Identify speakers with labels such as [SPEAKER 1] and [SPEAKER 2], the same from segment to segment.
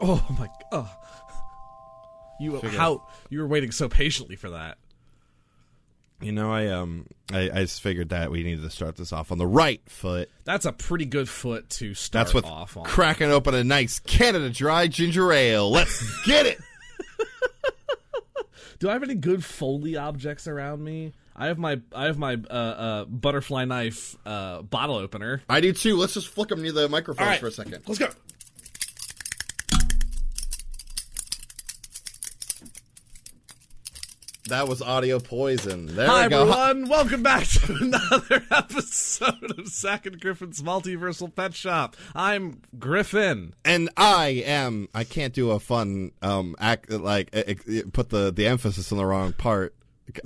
[SPEAKER 1] Oh my god. Oh. You
[SPEAKER 2] Figure.
[SPEAKER 1] how you were waiting so patiently for that.
[SPEAKER 2] You know, I um, I, I just figured that we needed to start this off on the right foot.
[SPEAKER 1] That's a pretty good foot to start
[SPEAKER 2] That's what
[SPEAKER 1] off on.
[SPEAKER 2] cracking open a nice Canada Dry ginger ale. Let's get it.
[SPEAKER 1] Do I have any good foley objects around me? I have my I have my uh, uh, butterfly knife uh, bottle opener.
[SPEAKER 3] I do too. Let's just flick them near the microphone for a second.
[SPEAKER 2] Let's go.
[SPEAKER 3] That was audio poison. There
[SPEAKER 1] Hi
[SPEAKER 3] we go.
[SPEAKER 1] everyone, welcome back to another episode of Sack and Griffin's Multiversal Pet Shop. I'm Griffin.
[SPEAKER 2] And I am. I can't do a fun um act like uh, uh, put the the emphasis on the wrong part.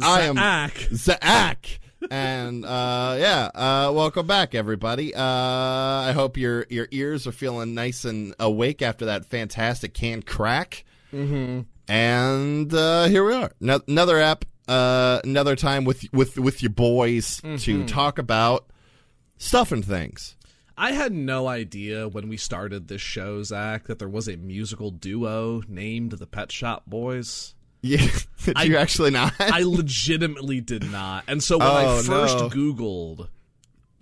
[SPEAKER 2] I am
[SPEAKER 1] Zach.
[SPEAKER 2] Zach. and uh, yeah, uh, welcome back, everybody. Uh, I hope your your ears are feeling nice and awake after that fantastic can crack. Mm-hmm. And uh, here we are, no- another app, uh, another time with with with your boys to talk about stuff and things.
[SPEAKER 1] I had no idea when we started this show, Zach, that there was a musical duo named the Pet Shop Boys.
[SPEAKER 2] Yeah, did you actually not?
[SPEAKER 1] I legitimately did not. And so when I
[SPEAKER 2] Oh,
[SPEAKER 1] first
[SPEAKER 2] no.
[SPEAKER 1] Googled,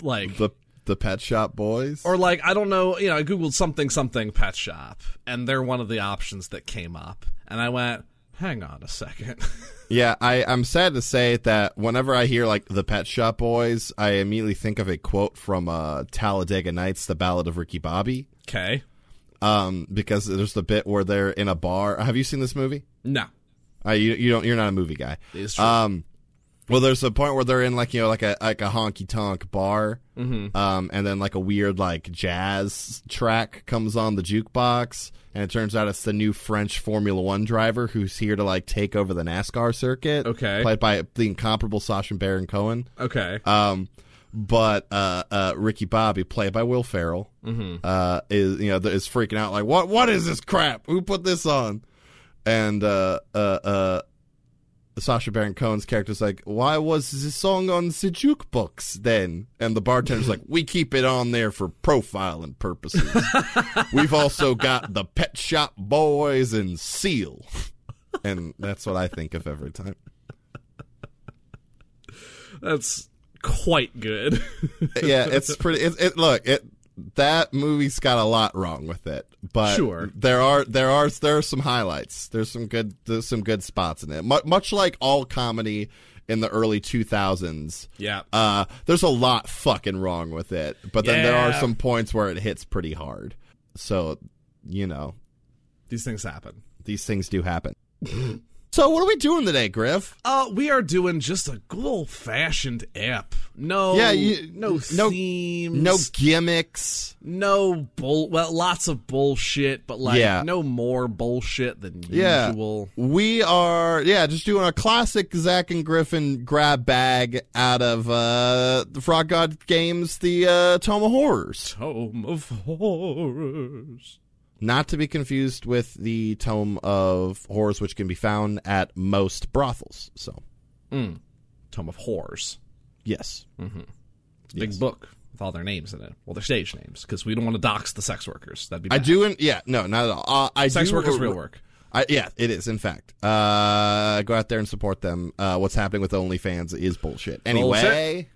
[SPEAKER 1] like,
[SPEAKER 2] the the Pet Shop Boys.
[SPEAKER 1] or like, I don't know, you know, I Googled something, something pet shop, and they're one of the options that came up. And I went, hang on a second.
[SPEAKER 2] yeah, I I'm sad to say that whenever I hear like the Pet Shop Boys, I immediately think of a quote from uh, Talladega Nights, The Ballad of Ricky Bobby,
[SPEAKER 1] okay.
[SPEAKER 2] um, because there's the bit where they're in a bar. Have you seen this movie?
[SPEAKER 1] No.
[SPEAKER 2] Uh, you you don't you're not a movie guy.
[SPEAKER 1] It's true.
[SPEAKER 2] Um, well, there's a point where they're in like you know like a like a honky tonk bar,
[SPEAKER 1] Mm-hmm.
[SPEAKER 2] um, and then like a weird like jazz track comes on the jukebox, and it turns out it's the new French Formula One driver who's here to like take over the NASCAR circuit.
[SPEAKER 1] Okay.
[SPEAKER 2] played by the incomparable Sacha Baron Cohen.
[SPEAKER 1] okay.
[SPEAKER 2] Um, but uh, uh, Ricky Bobby, played by Will Ferrell, uh, is you know th- is freaking out like what what is this crap? Who put this on? And uh, uh, uh, Sasha Baron Cohen's character's like, why was this song on the jukebox then? And the bartender's like, we keep it on there for profiling purposes. We've also got the Pet Shop Boys and Seal, and that's what I think of every time.
[SPEAKER 1] That's quite good.
[SPEAKER 2] yeah, it's pretty. It, it look it that movie's got a lot wrong with it, but
[SPEAKER 1] Sure.
[SPEAKER 2] there are there are there are some highlights. There's some good there's some good spots in it. Mu much like all comedy in the early 2000s.
[SPEAKER 1] yeah.
[SPEAKER 2] Uh, there's a lot fucking wrong with it, but then there are
[SPEAKER 1] Yeah.
[SPEAKER 2] some points where it hits pretty hard. So, you know,
[SPEAKER 1] These things happen.
[SPEAKER 2] these things do happen. so, what are we doing today, Griff?
[SPEAKER 1] Uh, we are doing just a good old fashioned app. No,
[SPEAKER 2] Yeah, you-
[SPEAKER 1] no,
[SPEAKER 2] no-
[SPEAKER 1] themes,
[SPEAKER 2] No gimmicks.
[SPEAKER 1] no bull. Well, lots of bullshit, but like
[SPEAKER 2] Yeah.
[SPEAKER 1] no more bullshit than
[SPEAKER 2] Yeah.
[SPEAKER 1] usual.
[SPEAKER 2] We are, yeah, just doing a classic Zach and Griffin grab bag out of uh, the Frog God Games, the uh, Tome of Horrors.
[SPEAKER 1] Tome of horrors.
[SPEAKER 2] Not to be confused with the Tome of Horrors, which can be found at most brothels. So,
[SPEAKER 1] Tome of horrors.
[SPEAKER 2] yes.
[SPEAKER 1] It's a big book with all their names in it. Well, their stage names, because we don't want to dox the sex workers. That'd be
[SPEAKER 2] I
[SPEAKER 1] bad.
[SPEAKER 2] do, in, yeah, no, not at all. Uh, I
[SPEAKER 1] Sex
[SPEAKER 2] do,
[SPEAKER 1] work is real work.
[SPEAKER 2] I, yeah, it is, in fact. Uh, go out there and support them. Uh, what's happening with OnlyFans is bullshit. Anyway.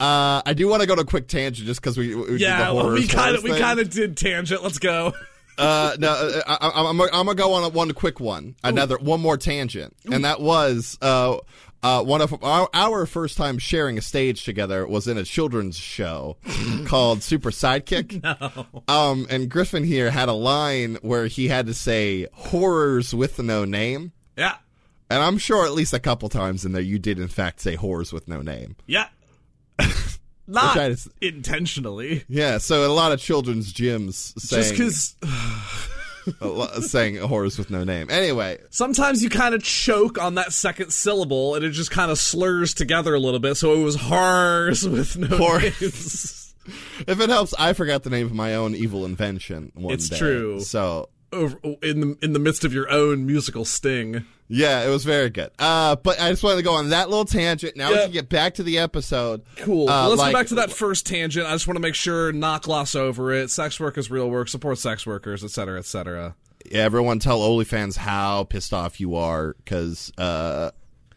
[SPEAKER 2] Uh, I do want to go to a quick tangent just because we, we did
[SPEAKER 1] Yeah,
[SPEAKER 2] the
[SPEAKER 1] well, we
[SPEAKER 2] horrors
[SPEAKER 1] kind of
[SPEAKER 2] horrors
[SPEAKER 1] we
[SPEAKER 2] thing.
[SPEAKER 1] kind of did tangent. Let's go.
[SPEAKER 2] Uh, no, uh, I, I, I'm, I'm gonna go on a, one quick one, another one more tangent, and that was uh, uh, one of our, our first time sharing a stage together was in a children's show called Super Sidekick. Um, and Griffin here had a line where he had to say horrors with no name,
[SPEAKER 1] Yeah,
[SPEAKER 2] and I'm sure at least a couple times in there you did in fact say horrors with no name.
[SPEAKER 1] yeah. Not
[SPEAKER 2] Which I just-
[SPEAKER 1] intentionally.
[SPEAKER 2] Yeah, so a lot of children's gyms
[SPEAKER 1] Just
[SPEAKER 2] saying
[SPEAKER 1] because
[SPEAKER 2] a lo- saying horrors with no name. Anyway,
[SPEAKER 1] sometimes you kind of choke on that second syllable and it just kind of slurs together a little bit. So it was hars with no
[SPEAKER 2] Hor-
[SPEAKER 1] names.
[SPEAKER 2] if it helps, I forgot the name of my own evil invention one
[SPEAKER 1] It's
[SPEAKER 2] day.
[SPEAKER 1] true.
[SPEAKER 2] So
[SPEAKER 1] Over, in the in the midst of your own musical sting.
[SPEAKER 2] yeah, it was very good. Uh, but I just wanted to go on that little tangent. Now we
[SPEAKER 1] Yeah.
[SPEAKER 2] can get back to the episode.
[SPEAKER 1] Cool.
[SPEAKER 2] Uh,
[SPEAKER 1] Well, let's
[SPEAKER 2] like-
[SPEAKER 1] go back to that first tangent. I just want to make sure not gloss over it. Sex work is real work. Support sex workers, et cetera, et cetera.
[SPEAKER 2] Everyone tell OnlyFans how pissed off you are because uh,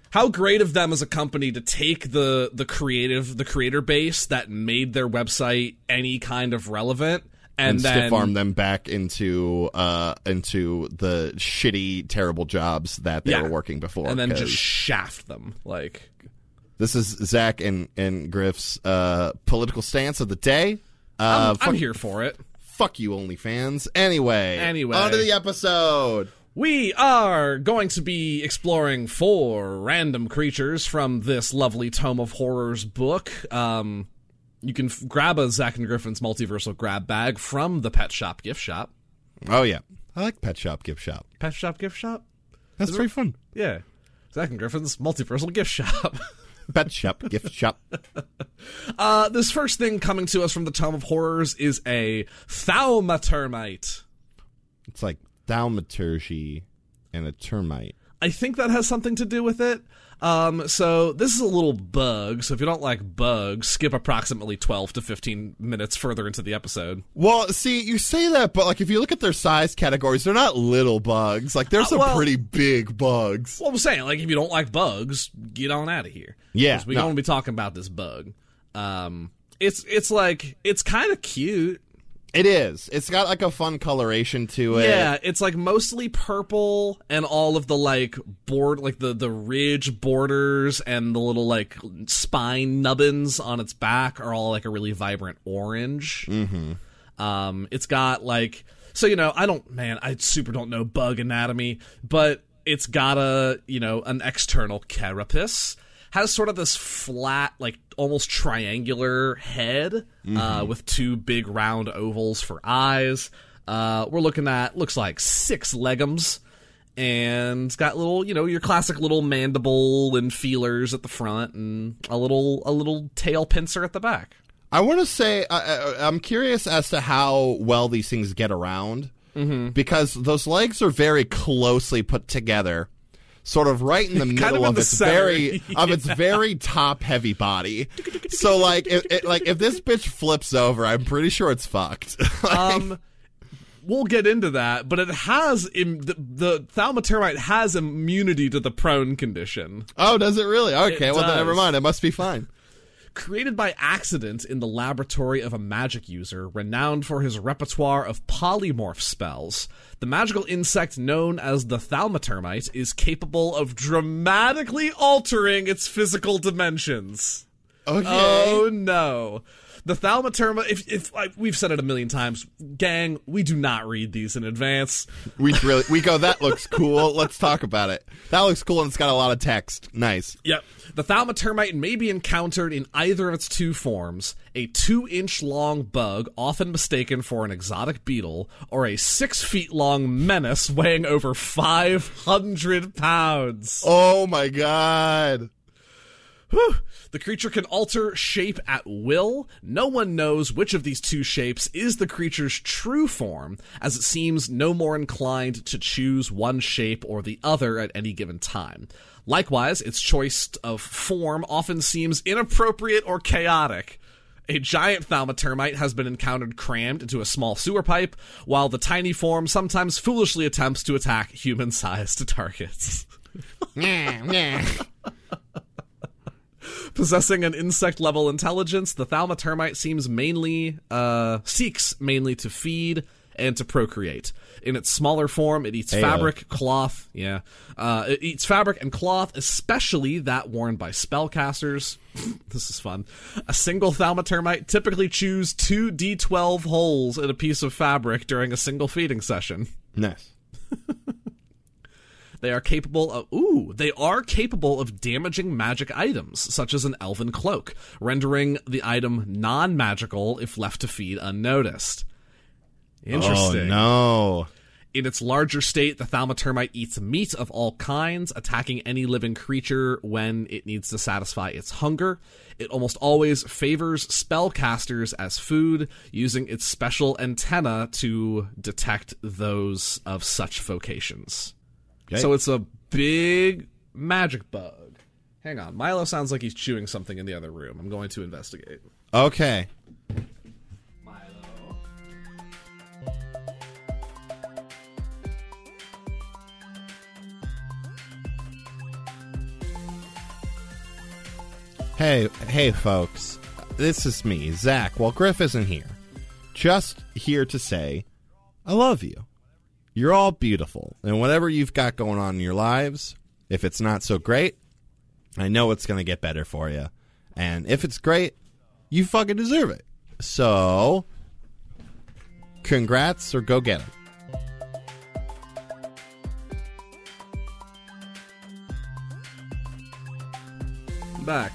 [SPEAKER 1] How great of them as a company to take the the creative the creator base that made their website any kind of relevant and,
[SPEAKER 2] and
[SPEAKER 1] then
[SPEAKER 2] stiff arm them back into uh, into the shitty, terrible jobs that they
[SPEAKER 1] Yeah.
[SPEAKER 2] were working before.
[SPEAKER 1] and then
[SPEAKER 2] 'cause-
[SPEAKER 1] just shaft them like
[SPEAKER 2] This is Zach and, and Griff's uh, political stance of the day. Uh,
[SPEAKER 1] I'm,
[SPEAKER 2] fuck,
[SPEAKER 1] I'm here for it.
[SPEAKER 2] fuck you, OnlyFans. Anyway.
[SPEAKER 1] Anyway.
[SPEAKER 2] On to the episode.
[SPEAKER 1] We are going to be exploring four random creatures from this lovely Tome of Horrors book. Um, you can f- grab a Zack and Griffin's multiversal grab bag from the Pet Shop gift shop.
[SPEAKER 2] Oh, yeah. I like Pet Shop, Gift Shop.
[SPEAKER 1] Pet Shop gift shop?
[SPEAKER 2] That's pretty fun.
[SPEAKER 1] Yeah. Zack and Griffin's multiversal gift shop.
[SPEAKER 2] Pet Shop, Gift Shop.
[SPEAKER 1] uh, this first thing coming to us from the Tome of Horrors is a Thaumatermite.
[SPEAKER 2] It's like thaumaturgy and a termite.
[SPEAKER 1] I think that has something to do with it. Um, so this is a little bug. So if you don't like bugs, skip approximately 12 to 15 minutes further into the episode.
[SPEAKER 2] Well, see, you say that, but like if you look at their size categories, they're not little bugs. Like there's
[SPEAKER 1] Uh,
[SPEAKER 2] some
[SPEAKER 1] well-
[SPEAKER 2] pretty big bugs.
[SPEAKER 1] Well, I'm saying, like, if you don't like bugs, get on out of here.
[SPEAKER 2] Yeah,
[SPEAKER 1] 'Cause we
[SPEAKER 2] no.
[SPEAKER 1] don't want to be talking about this bug. Um, it's it's like it's kind of cute.
[SPEAKER 2] It is. It's got like a fun coloration to it.
[SPEAKER 1] Yeah, it's like mostly purple and all of the like board like the the ridge borders and the little like spine nubbins on its back are all like a really vibrant orange. Um, it's got like so you know I don't man I super don't know bug anatomy, but it's got a you know an external carapace has sort of this flat like almost triangular head uh, with two big round ovals for eyes. Uh, we're looking at looks like six legumes. And it's got little, you know, your classic little mandible and feelers at the front, and a little, a little tail pincer at the back.
[SPEAKER 2] I want to say I, I, I'm curious as to how well these things get around Mm-hmm. because those legs are very closely put together, sort of right in the middle
[SPEAKER 1] of in
[SPEAKER 2] of,
[SPEAKER 1] the
[SPEAKER 2] its
[SPEAKER 1] center,
[SPEAKER 2] very of its very top heavy body. So like if it, like if this bitch flips over, I'm pretty sure it's fucked. Like,
[SPEAKER 1] Um, we'll get into that, but it has Im- the, the thaumatermite has immunity to the prone condition.
[SPEAKER 2] oh, does it really? Okay,
[SPEAKER 1] it
[SPEAKER 2] well then never
[SPEAKER 1] does.
[SPEAKER 2] mind. It must be fine.
[SPEAKER 1] Created by accident in the laboratory of a magic user renowned for his repertoire of polymorph spells, the magical insect known as the thaumatermite is capable of dramatically altering its physical dimensions.
[SPEAKER 2] Okay.
[SPEAKER 1] Oh no. The thaumaterma if if I, we've said it a million times, gang, we do not read these in advance.
[SPEAKER 2] We really we go. That looks cool. Let's talk about it. That looks cool, and it's got a lot of text. Nice.
[SPEAKER 1] Yep. The thaumatermite may be encountered in either of its two forms a two inch long bug, often mistaken for an exotic beetle, or a six feet long menace weighing over 500 pounds.
[SPEAKER 2] Oh my god.
[SPEAKER 1] The creature can alter shape at will. No one knows which of these two shapes is the creature's true form, as it seems no more inclined to choose one shape or the other at any given time. Likewise, its choice of form often seems inappropriate or chaotic. A giant thaumatermite has been encountered crammed into a small sewer pipe, while the tiny form sometimes foolishly attempts to attack human sized targets. Possessing an insect level intelligence, the thaumatermite seems mainly uh, seeks mainly to feed and to procreate. In its smaller form, it eats fabric, cloth. Yeah, uh, it eats fabric and cloth, especially that worn by spellcasters. this is fun. A single thaumatermite typically chews two d12 holes in a piece of fabric during a single feeding session.
[SPEAKER 2] Nice.
[SPEAKER 1] They are capable of ooh, they are capable of damaging magic items such as an elven cloak, rendering the item non-magical if left to feed unnoticed. Interesting.
[SPEAKER 2] Oh, no.
[SPEAKER 1] In its larger state, the thaumatermite eats meat of all kinds, attacking any living creature when it needs to satisfy its hunger. It almost always favors spellcasters as food, using its special antenna to detect those of such vocations.
[SPEAKER 2] Okay.
[SPEAKER 1] So it's a big magic bug. Hang on, Milo sounds like he's chewing something in the other room. I'm going to investigate.
[SPEAKER 2] Okay.
[SPEAKER 1] Milo.
[SPEAKER 2] Hey, hey, folks. This is me, Zach. Well, Griff isn't here. Just here to say, I love you. You're all beautiful. And whatever you've got going on in your lives, if it's not so great, I know it's going to get better for you. And if it's great, you fucking deserve it. So, congrats or go get 'em.
[SPEAKER 1] back.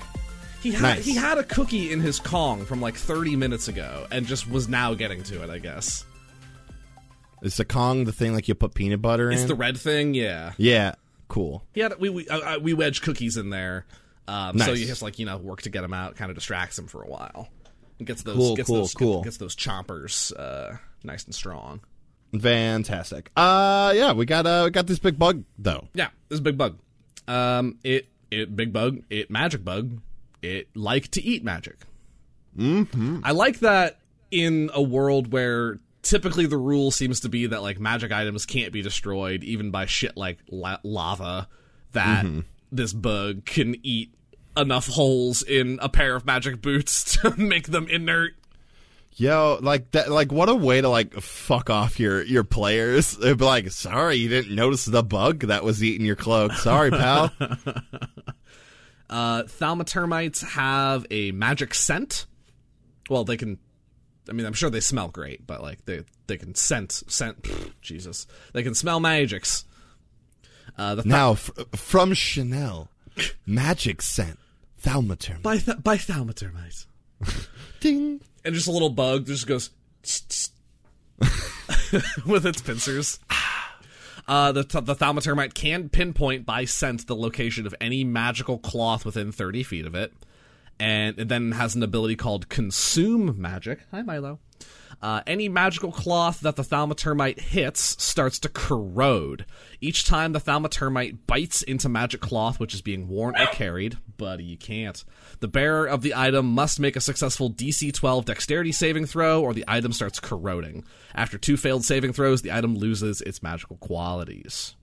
[SPEAKER 1] He had
[SPEAKER 2] Nice.
[SPEAKER 1] he had a cookie in his Kong from like 30 minutes ago and just was now getting to it, I guess.
[SPEAKER 2] Is the Kong the thing like you put peanut butter
[SPEAKER 1] It's
[SPEAKER 2] in?
[SPEAKER 1] the red thing, yeah.
[SPEAKER 2] yeah, cool.
[SPEAKER 1] He had we we, uh, uh, we wedge cookies in there. Um, so
[SPEAKER 2] Nice.
[SPEAKER 1] you just like, you know, work to get him out, kind of distracts him for a while. And gets those
[SPEAKER 2] Cool,
[SPEAKER 1] gets
[SPEAKER 2] cool,
[SPEAKER 1] those
[SPEAKER 2] cool.
[SPEAKER 1] gets those chompers uh, nice and strong.
[SPEAKER 2] Fantastic. Uh, yeah, we got uh, we got this big bug though.
[SPEAKER 1] Yeah, this is a big bug. Um, it it big bug. It magic bug. It like to eat magic. Mm-hmm. I like that in a world where typically the rule seems to be that like magic items can't be destroyed even by shit like la- lava. That this bug can eat enough holes in a pair of magic boots to make them inert.
[SPEAKER 2] Yo, like that, like what a way to like fuck off your your players. It'd be like, sorry, you didn't notice the bug that was eating your cloak. Sorry, pal.
[SPEAKER 1] Uh, thaumatermites have a magic scent. Well, they can. I mean, I'm sure they smell great, but like they they can scent scent. pfft, Jesus, they can smell magics. Uh, the
[SPEAKER 2] now f- from Chanel, magic scent, thaumaturm.
[SPEAKER 1] by th- by thaumatermites,
[SPEAKER 2] Ding.
[SPEAKER 1] and just a little bug that just goes tss, tss, with its pincers. Uh, the th- the thaumatermite can pinpoint by scent the location of any magical cloth within 30 feet of it, and it then has an ability called consume magic. Hi, Milo. Uh, any magical cloth that the thaumatermite hits starts to corrode. Each time the thaumatermite bites into magic cloth which is being worn or carried, buddy, you can't. The bearer of the item must make a successful DC 12 dexterity saving throw or the item starts corroding. After two failed saving throws, the item loses its magical qualities.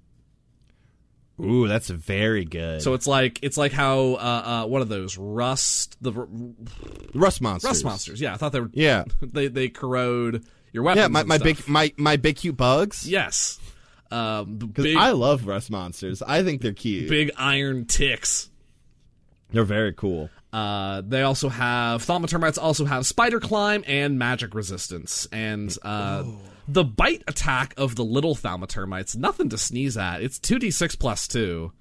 [SPEAKER 2] Ooh, that's very good.
[SPEAKER 1] So it's like it's like how uh, uh, what are those rust the r-
[SPEAKER 2] rust monsters.
[SPEAKER 1] rust monsters? Yeah, I thought they were
[SPEAKER 2] Yeah,
[SPEAKER 1] they they corrode your weapons.
[SPEAKER 2] yeah. My
[SPEAKER 1] and
[SPEAKER 2] my
[SPEAKER 1] stuff.
[SPEAKER 2] big my my big cute bugs.
[SPEAKER 1] Yes. Um, the
[SPEAKER 2] 'Cause
[SPEAKER 1] big,
[SPEAKER 2] I love rust monsters. I think they're cute.
[SPEAKER 1] big iron ticks.
[SPEAKER 2] They're very cool.
[SPEAKER 1] Uh, they also have thaumatermites also have spider climb and magic resistance and uh,
[SPEAKER 2] Oh.
[SPEAKER 1] the bite attack of the little thaumatermites. Nothing to sneeze at. It's two d six plus two.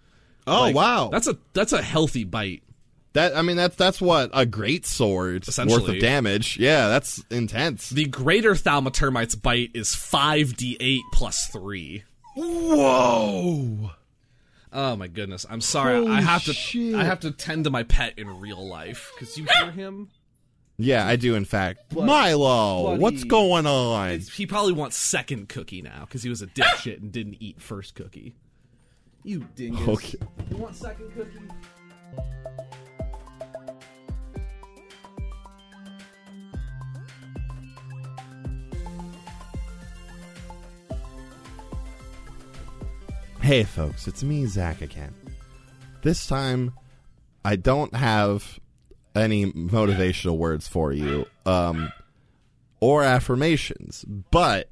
[SPEAKER 2] Oh wow,
[SPEAKER 1] That's a that's a healthy bite.
[SPEAKER 2] That I mean, that's that's what a great sword worth
[SPEAKER 1] Essentially.
[SPEAKER 2] of damage. Yeah, that's intense.
[SPEAKER 1] The greater thaumatermite's bite is five d eight plus three.
[SPEAKER 2] Whoa!
[SPEAKER 1] Oh my goodness! I'm sorry.
[SPEAKER 2] Holy
[SPEAKER 1] I have to.
[SPEAKER 2] shit.
[SPEAKER 1] I have to tend to my pet in real life because you hear him.
[SPEAKER 2] Yeah, I do. In fact, Milo,
[SPEAKER 1] bloody-
[SPEAKER 2] what's going on?
[SPEAKER 1] He probably wants second cookie now because he was a dipshit and didn't eat first cookie. You dingus.
[SPEAKER 2] Okay.
[SPEAKER 1] You want second cookie?
[SPEAKER 2] Hey, folks, it's me, Zach again. This time, I don't have any motivational words for you, um, or affirmations, but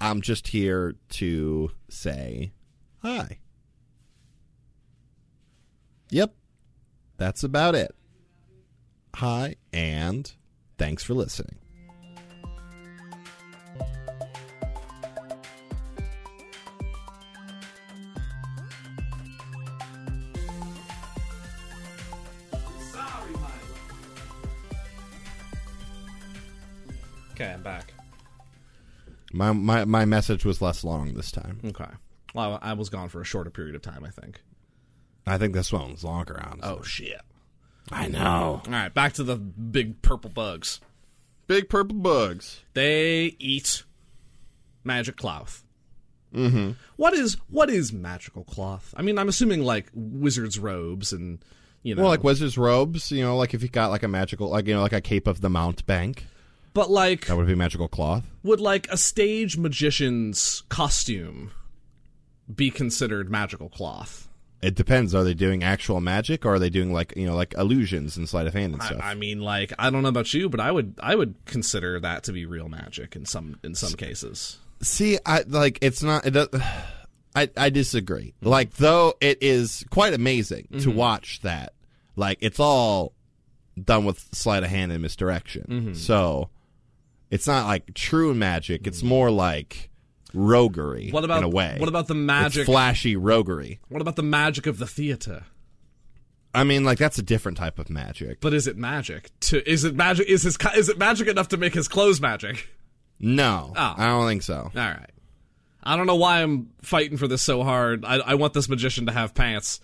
[SPEAKER 2] I'm just here to say hi. Yep, that's about it. Hi, and thanks for listening.
[SPEAKER 1] Okay, I'm back.
[SPEAKER 2] My my my message was less long this time.
[SPEAKER 1] Okay. Well, I I was gone for a shorter period of time, I think.
[SPEAKER 2] I think this one was longer. Honestly,
[SPEAKER 1] Oh shit.
[SPEAKER 2] I know.
[SPEAKER 1] All right, back to the big purple bugs.
[SPEAKER 2] Big purple bugs.
[SPEAKER 1] They eat magic cloth. Mm-hmm. is what is magical cloth? I mean, I'm assuming like wizards' robes and you know,
[SPEAKER 2] Well, like wizards' robes. You know, like if you got like a magical, like you know, like a cape of the mountebank.
[SPEAKER 1] but like
[SPEAKER 2] That would be magical cloth.
[SPEAKER 1] would like a stage magician's costume be considered magical cloth?
[SPEAKER 2] It depends. Are they doing actual magic, or are they doing like you know, like illusions and sleight of hand and stuff?
[SPEAKER 1] I, I mean, like I don't know about you, but I would I would consider that to be real magic in some in some cases.
[SPEAKER 2] See, I like it's not. It, does- I I disagree. Like though it is quite amazing
[SPEAKER 1] Mm-hmm.
[SPEAKER 2] to watch that. Like it's all done with sleight of hand and misdirection.
[SPEAKER 1] Mm-hmm.
[SPEAKER 2] So it's not like true magic. It's more like roguery.
[SPEAKER 1] What about
[SPEAKER 2] in a way?
[SPEAKER 1] what about the
[SPEAKER 2] It's
[SPEAKER 1] magic?
[SPEAKER 2] flashy roguery?
[SPEAKER 1] What about the magic of the theater?
[SPEAKER 2] I mean, like that's a different type of magic.
[SPEAKER 1] But is it magic? To is it magic? Is his co- is it magic enough to make his clothes magic?
[SPEAKER 2] No,
[SPEAKER 1] Oh.
[SPEAKER 2] I don't think so.
[SPEAKER 1] All right. I don't know why I'm fighting for this so hard. I, I want this magician to have pants.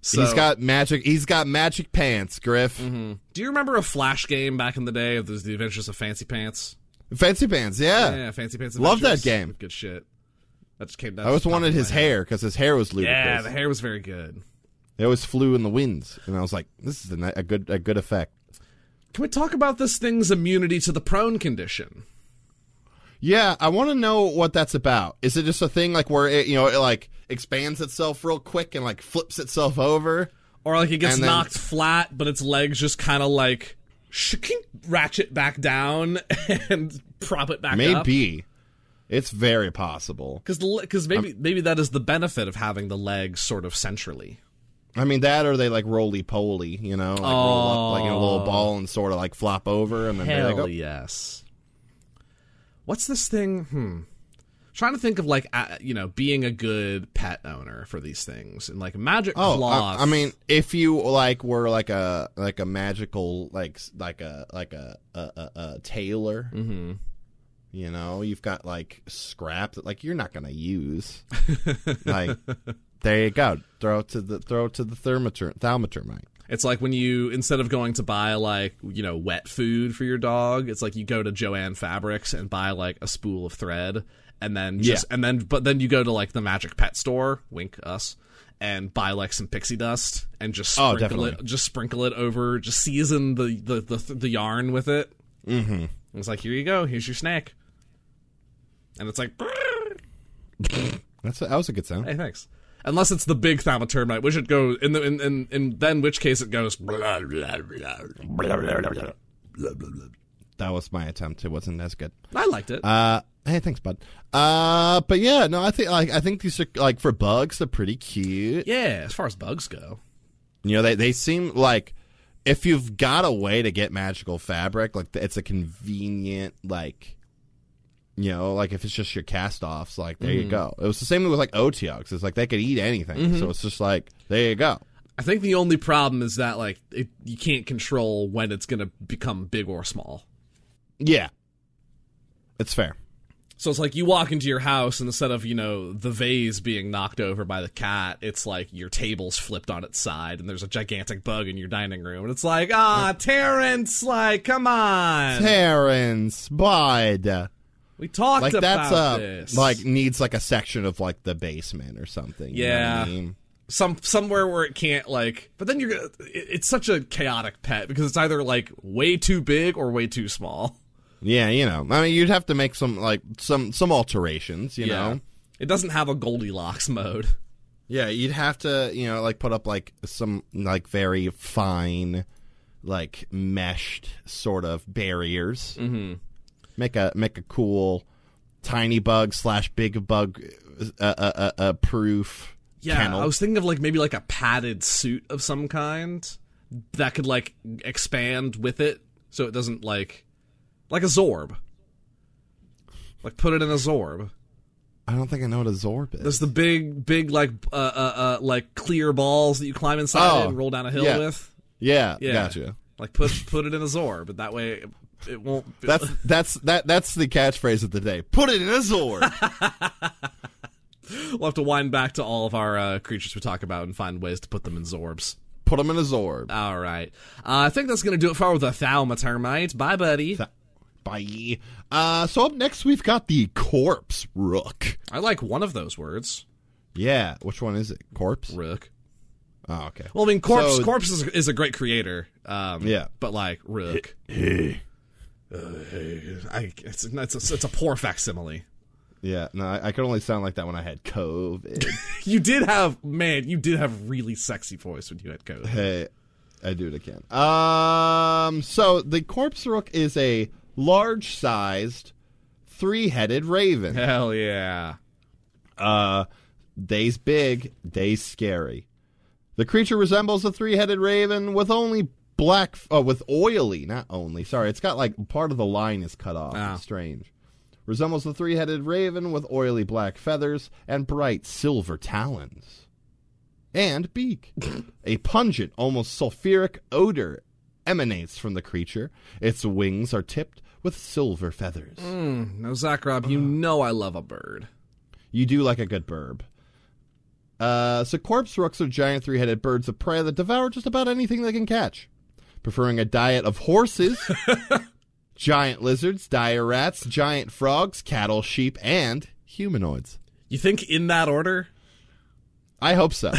[SPEAKER 1] So, Mm-hmm.
[SPEAKER 2] He's got magic. He's got magic pants, Griff.
[SPEAKER 1] Do you remember a flash game back in the day of those, the Adventures of Fancy Pants?
[SPEAKER 2] Fancy pants, yeah.
[SPEAKER 1] Yeah, Fancy Pants.
[SPEAKER 2] Love
[SPEAKER 1] Adventures.
[SPEAKER 2] that game.
[SPEAKER 1] Good shit. That just came down.
[SPEAKER 2] I always
[SPEAKER 1] to the top
[SPEAKER 2] wanted
[SPEAKER 1] of
[SPEAKER 2] his
[SPEAKER 1] my head.
[SPEAKER 2] hair because his hair was ludicrous.
[SPEAKER 1] Yeah, the hair was very good.
[SPEAKER 2] They always flew in the winds, and I was like, "This is a, ni- a good a good effect."
[SPEAKER 1] Can we talk about this thing's immunity to the prone condition?
[SPEAKER 2] Yeah, I want to know what that's about. Is it just a thing like where it you know it like expands itself real quick and like flips itself over?
[SPEAKER 1] Or like it gets
[SPEAKER 2] And then-
[SPEAKER 1] knocked flat, but its legs just kind of like shink, ratchet back down and prop it back up.
[SPEAKER 2] Maybe it's very possible.
[SPEAKER 1] Because because maybe maybe that is the benefit of having the legs sort of centrally.
[SPEAKER 2] I mean that, or they like roly poly, you know, like roll up like in a little ball and sort of like flop over, and then they're like,
[SPEAKER 1] Hell
[SPEAKER 2] oh,
[SPEAKER 1] yes. What's this thing? Hmm. Trying to think of like uh, you know being a good pet owner for these things and like magic
[SPEAKER 2] Oh,
[SPEAKER 1] cloth.
[SPEAKER 2] I, I mean, if you like were like a like a magical like s- like a like a a, a, a tailor, mm-hmm. you know, you've got like scrap that like you're not gonna use. like there you go, throw it to the throw it to the thermater thalmatermite.
[SPEAKER 1] It's like when you instead of going to buy like you know wet food for your dog, it's like you go to Joanne Fabrics and buy like a spool of thread, and then just and then but then you go to like the Magic Pet Store, wink us, and buy like some pixie dust and just
[SPEAKER 2] Oh,
[SPEAKER 1] sprinkle it,
[SPEAKER 2] definitely.
[SPEAKER 1] just sprinkle it over, just season the the the, the yarn with it. Mm-hmm. It's like here you go, here's your snack, and it's like
[SPEAKER 2] That's a, that was a good sound.
[SPEAKER 1] hey thanks. Unless it's the big thaumaturmite, which it goes in the in, in, in then which case it goes blah blah blah.
[SPEAKER 2] That was my attempt. It wasn't as good.
[SPEAKER 1] I liked it.
[SPEAKER 2] Uh, hey, thanks, bud. Uh, but yeah, no, I think like I think these are like for bugs, they're pretty cute.
[SPEAKER 1] yeah, as far as bugs go.
[SPEAKER 2] You know, they they seem like if you've got a way to get magical fabric, like it's a convenient like. You know, like if it's just your cast offs, like there
[SPEAKER 1] Mm-hmm.
[SPEAKER 2] you go. It was the same with like Oteox. It's like they could eat anything. So it's just like, there you go.
[SPEAKER 1] I think the only problem is that like it, you can't control when it's going to become big or small.
[SPEAKER 2] Yeah. It's fair.
[SPEAKER 1] So it's like you walk into your house and instead of, you know, the vase being knocked over by the cat, it's like your table's flipped on its side and there's a gigantic bug in your dining room. And it's like, "Ah, Terrence, like come on.
[SPEAKER 2] Terrence, bud.
[SPEAKER 1] we talked
[SPEAKER 2] Like
[SPEAKER 1] about
[SPEAKER 2] that's a
[SPEAKER 1] this."
[SPEAKER 2] like needs like a section of like the basement or something. you know what I
[SPEAKER 1] Yeah.
[SPEAKER 2] mean?
[SPEAKER 1] some somewhere where it can't like but then you're gonna it, it's such a chaotic pet because it's either like way too big or way too small
[SPEAKER 2] Yeah, you know. I mean you'd have to make some like some some alterations, you know.
[SPEAKER 1] it doesn't have a goldilocks mode
[SPEAKER 2] Yeah, you'd have to, you know, like put up like some like very fine, like meshed sort of barriers. Mm-hmm. Make a make a cool tiny bug slash big bug uh, uh, uh, uh, proof
[SPEAKER 1] yeah
[SPEAKER 2] kennel.
[SPEAKER 1] i was thinking of like maybe like a padded suit of some kind that could like expand with it so it doesn't like like a zorb like put it in a zorb
[SPEAKER 2] I don't think I know what a zorb is.
[SPEAKER 1] there's the big big like uh uh, uh like clear balls that you climb inside
[SPEAKER 2] Oh,
[SPEAKER 1] and roll down a hill
[SPEAKER 2] yeah.
[SPEAKER 1] with
[SPEAKER 2] yeah,
[SPEAKER 1] yeah
[SPEAKER 2] gotcha.
[SPEAKER 1] like put put it in a zorb and that way it won't. Be,
[SPEAKER 2] That's that's that that's the catchphrase of the day. Put it in a Zord.
[SPEAKER 1] we'll have to wind back to all of our uh, creatures we talk about and find ways to put them in Zorbs.
[SPEAKER 2] Put them in a Zord.
[SPEAKER 1] All right. Uh, I think that's going to do it for our- the Thaumatermite. Bye, buddy.
[SPEAKER 2] Bye. Uh, so up next we've got the corpse rook.
[SPEAKER 1] I like one of those words.
[SPEAKER 2] Yeah, which one is it? Corpse.
[SPEAKER 1] Rook.
[SPEAKER 2] Oh, okay.
[SPEAKER 1] Well, I mean, Corpse,
[SPEAKER 2] So-
[SPEAKER 1] Corpse is, is a great creator. Um,
[SPEAKER 2] Yeah.
[SPEAKER 1] But, like, Rook. uh, I, it's, it's, a, it's a poor facsimile.
[SPEAKER 2] Yeah, no, I, I could only sound like that when I had COVID.
[SPEAKER 1] You did have, man, you did have really sexy voice when you had COVID.
[SPEAKER 2] hey, I do it again. Um, so the corpse rook is a large-sized, three-headed raven.
[SPEAKER 1] Hell yeah.
[SPEAKER 2] Uh, day's big, day's scary. The creature resembles a three-headed raven with only black, uh, with oily, not only. Sorry, it's got like part of the line is cut off.
[SPEAKER 1] Ah.
[SPEAKER 2] It's strange. Resembles a three-headed raven with oily black feathers and bright silver talons, and beak. a pungent, almost sulfuric odor emanates from the creature. Its wings are tipped with silver feathers.
[SPEAKER 1] Mm, no, Zakrob, you know I love a bird.
[SPEAKER 2] You do like a good burb. Uh, so corpse rooks are giant three-headed birds of prey that devour just about anything they can catch, preferring a diet of horses, giant lizards, dire rats, giant frogs, cattle, sheep, and humanoids.
[SPEAKER 1] You think in that order?
[SPEAKER 2] I hope so.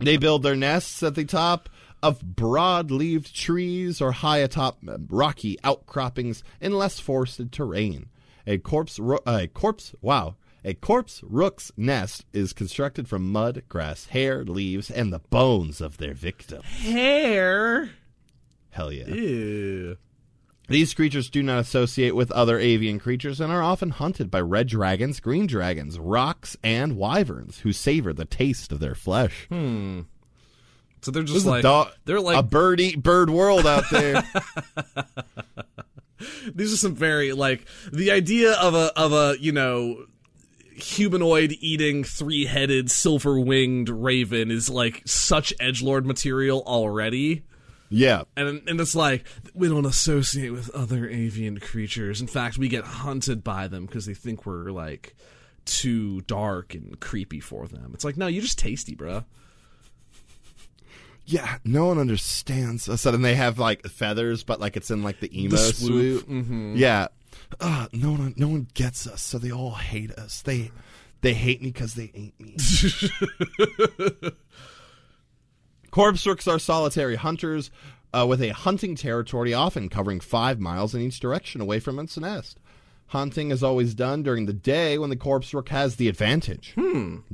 [SPEAKER 2] they build their nests at the top of broad-leaved trees or high atop uh, rocky outcroppings in less forested terrain. A corpse, ro- uh, a corpse, wow, a corpse rook's nest is constructed from mud, grass, hair, leaves, and the bones of their victim.
[SPEAKER 1] Hair.
[SPEAKER 2] Hell yeah!
[SPEAKER 1] Ew.
[SPEAKER 2] These creatures do not associate with other avian creatures and are often hunted by red dragons, green dragons, rocks, and wyverns who savor the taste of their flesh.
[SPEAKER 1] So they're just
[SPEAKER 2] This is
[SPEAKER 1] like
[SPEAKER 2] a dog,
[SPEAKER 1] they're like
[SPEAKER 2] a bird eat bird world out there.
[SPEAKER 1] these are some very like the idea of a of a you know humanoid eating three headed silver winged raven is like such edge lord material already.
[SPEAKER 2] yeah,
[SPEAKER 1] And, and it's like we don't associate with other avian creatures. In fact, we get hunted by them because they think we're like too dark and creepy for them. It's like no, you're just tasty, bruh.
[SPEAKER 2] yeah. No one understands. So then they have like feathers, but like it's in like the emo swoop. Mm-hmm.
[SPEAKER 1] swoop.
[SPEAKER 2] Yeah. Uh, no one, no one gets us, so they all hate us. They, they hate me because they ain't me. Corpse rooks are solitary hunters uh, with a hunting territory often covering five miles in each direction away from its nest. Hunting is always done during the day when the corpse rook has the advantage.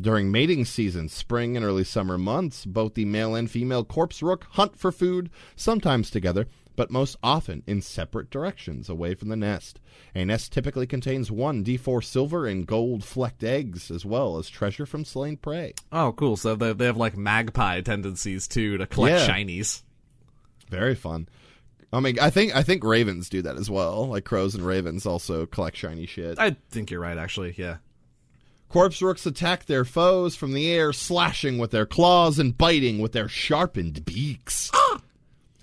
[SPEAKER 2] During mating season, spring and early summer months, both the male and female corpse rook hunt for food, sometimes together, but most often in separate directions away from the nest. A nest typically contains one D4 silver and gold flecked eggs, as well as treasure from slain prey.
[SPEAKER 1] Oh, cool. So they, they have like magpie tendencies too to
[SPEAKER 2] Yeah.
[SPEAKER 1] collect shinies.
[SPEAKER 2] Very fun. I mean, I think I think ravens do that as well. Like crows and ravens also collect shiny shit.
[SPEAKER 1] I think you're right, actually. Yeah.
[SPEAKER 2] Corpse rooks attack their foes from the air, slashing with their claws and biting with their sharpened beaks.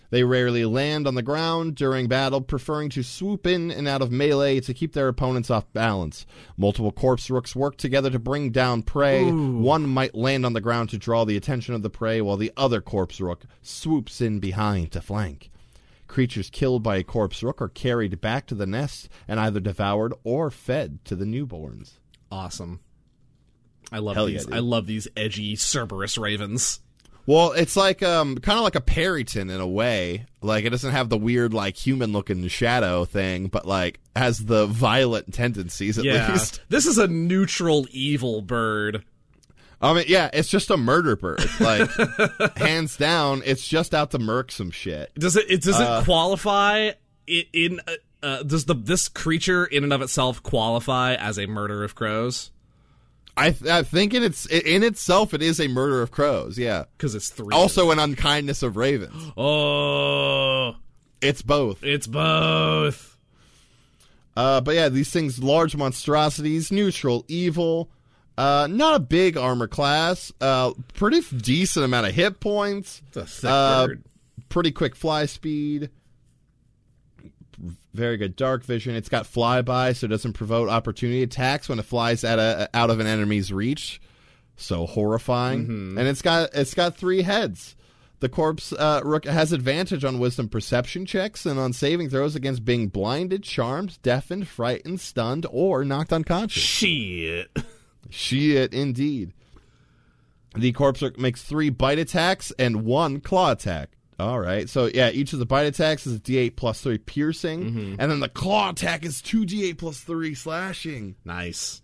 [SPEAKER 2] They rarely land on the ground during battle, preferring to swoop in and out of melee to keep their opponents off balance. Multiple corpse rooks work together to bring down prey. One might land on the ground to draw the attention of the prey, while the other corpse rook swoops in behind to flank. Creatures killed by a corpse rook are carried back to the nest and either devoured or fed to the newborns.
[SPEAKER 1] Awesome. I love
[SPEAKER 2] Hell yeah,
[SPEAKER 1] these.
[SPEAKER 2] dude.
[SPEAKER 1] I love these edgy Cerberus ravens.
[SPEAKER 2] Well, it's like um, kind of like a Parryton in a way. Like it doesn't have the weird, like human-looking shadow thing, but like has the violent tendencies at
[SPEAKER 1] Yeah.
[SPEAKER 2] least.
[SPEAKER 1] This is a neutral evil bird.
[SPEAKER 2] I mean, yeah, it's just a murder bird. Like, hands down, it's just out to murk some shit.
[SPEAKER 1] Does it? It doesn't
[SPEAKER 2] Uh.
[SPEAKER 1] qualify i- in. Uh, uh, does the this creature in and of itself qualify as a murder of crows?
[SPEAKER 2] I, th- I think in its in itself, it is a murder of crows. Yeah,
[SPEAKER 1] Because it's three.
[SPEAKER 2] also an unkindness of ravens.
[SPEAKER 1] oh,
[SPEAKER 2] It's both.
[SPEAKER 1] it's both.
[SPEAKER 2] Uh, but yeah, these things, large monstrosities, neutral, evil. Uh, not a big armor class. Uh, pretty f- decent amount of hit points.
[SPEAKER 1] It's a thick
[SPEAKER 2] Uh,
[SPEAKER 1] bird.
[SPEAKER 2] Pretty quick fly speed. Very good. Dark vision. It's got flyby, so it doesn't provoke opportunity attacks when it flies at a, out of an enemy's reach. So horrifying. And it's got it's got three heads. The corpse uh, rook has advantage on wisdom perception checks and on saving throws against being blinded, charmed, deafened, frightened, stunned, or knocked unconscious.
[SPEAKER 1] Shit.
[SPEAKER 2] Shit, indeed. The corpse rook makes three bite attacks and one claw attack. All right. So, yeah, each of the bite attacks is a d8 plus three piercing,
[SPEAKER 1] Mm-hmm.
[SPEAKER 2] and then the claw attack is 2d8 plus three slashing.
[SPEAKER 1] Nice.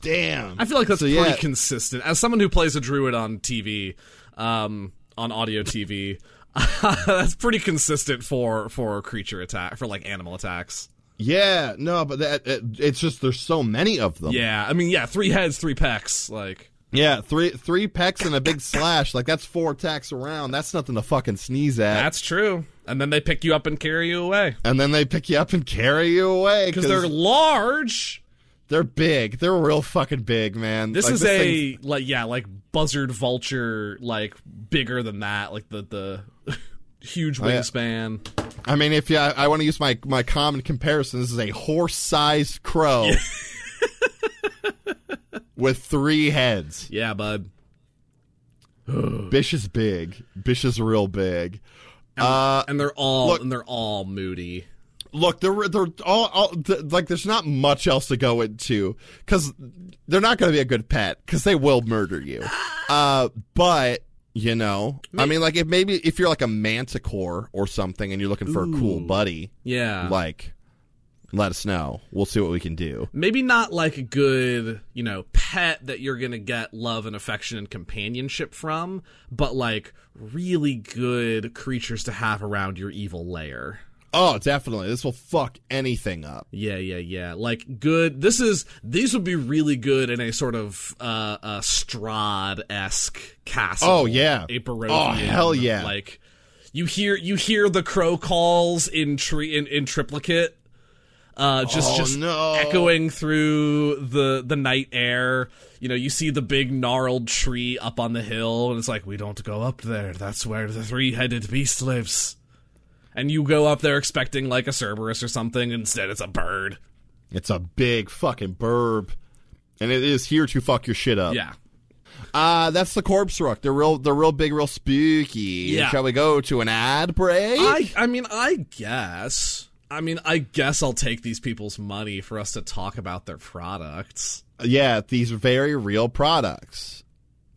[SPEAKER 2] Damn.
[SPEAKER 1] I feel like that's
[SPEAKER 2] So,
[SPEAKER 1] pretty
[SPEAKER 2] yeah.
[SPEAKER 1] consistent. As someone who plays a druid on TV, um, on audio TV, that's pretty consistent for for creature attack for like animal attacks.
[SPEAKER 2] yeah, no, but that it, it's just there's so many of them.
[SPEAKER 1] Yeah, I mean, yeah, three heads, three pecks, like
[SPEAKER 2] Yeah, three three pecks and a big slash. Like that's four attacks around. That's nothing to fucking sneeze at.
[SPEAKER 1] that's true. And then they pick you up and carry you away
[SPEAKER 2] and then they pick you up and carry you away
[SPEAKER 1] because they're large.
[SPEAKER 2] they're big. They're real fucking big, man.
[SPEAKER 1] This
[SPEAKER 2] Like,
[SPEAKER 1] is
[SPEAKER 2] thing's
[SPEAKER 1] a like yeah, like buzzard vulture, like bigger than that, like the the huge
[SPEAKER 2] Oh, yeah.
[SPEAKER 1] wingspan.
[SPEAKER 2] I mean, if you, I, I want to use my my common comparison, this is a horse-sized crow with three heads.
[SPEAKER 1] Yeah, bud.
[SPEAKER 2] Bish is big. Bish is real big. Uh,
[SPEAKER 1] And they're all
[SPEAKER 2] Look-
[SPEAKER 1] and they're all moody.
[SPEAKER 2] look, they're they're all, all th- like there's not much else to go into because they're not going to be a good pet because they will murder you. Uh, but you know, I mean, like if maybe if you're like a manticore or something and you're looking for a cool buddy,
[SPEAKER 1] Yeah,
[SPEAKER 2] like let us know. We'll see what we can do.
[SPEAKER 1] maybe not like a good you know pet that you're gonna get love and affection and companionship from, but like really good creatures to have around your evil lair.
[SPEAKER 2] Oh, definitely. This will fuck anything up.
[SPEAKER 1] Yeah, yeah, yeah. Like good. This is these would be really good in a sort of uh, uh Strad esque castle.
[SPEAKER 2] Oh, yeah.
[SPEAKER 1] a Barodian,
[SPEAKER 2] Oh, hell yeah.
[SPEAKER 1] Like you hear you hear the crow calls in tree in, in triplicate. Uh, just
[SPEAKER 2] Oh,
[SPEAKER 1] just
[SPEAKER 2] no.
[SPEAKER 1] echoing through the the night air. You know, you see the big gnarled tree up on the hill, and it's like we don't go up there. That's where the three headed beast lives. And you go up there expecting like a Cerberus or something. Instead, it's a bird.
[SPEAKER 2] It's a big fucking burb. And it is here to fuck your shit up.
[SPEAKER 1] Yeah.
[SPEAKER 2] Uh, that's the corpse rook. They're real they're real big, real spooky.
[SPEAKER 1] Yeah.
[SPEAKER 2] Shall we go to an ad break?
[SPEAKER 1] I I mean I guess I mean I guess I'll take these people's money for us to talk about their products.
[SPEAKER 2] yeah, these very real products.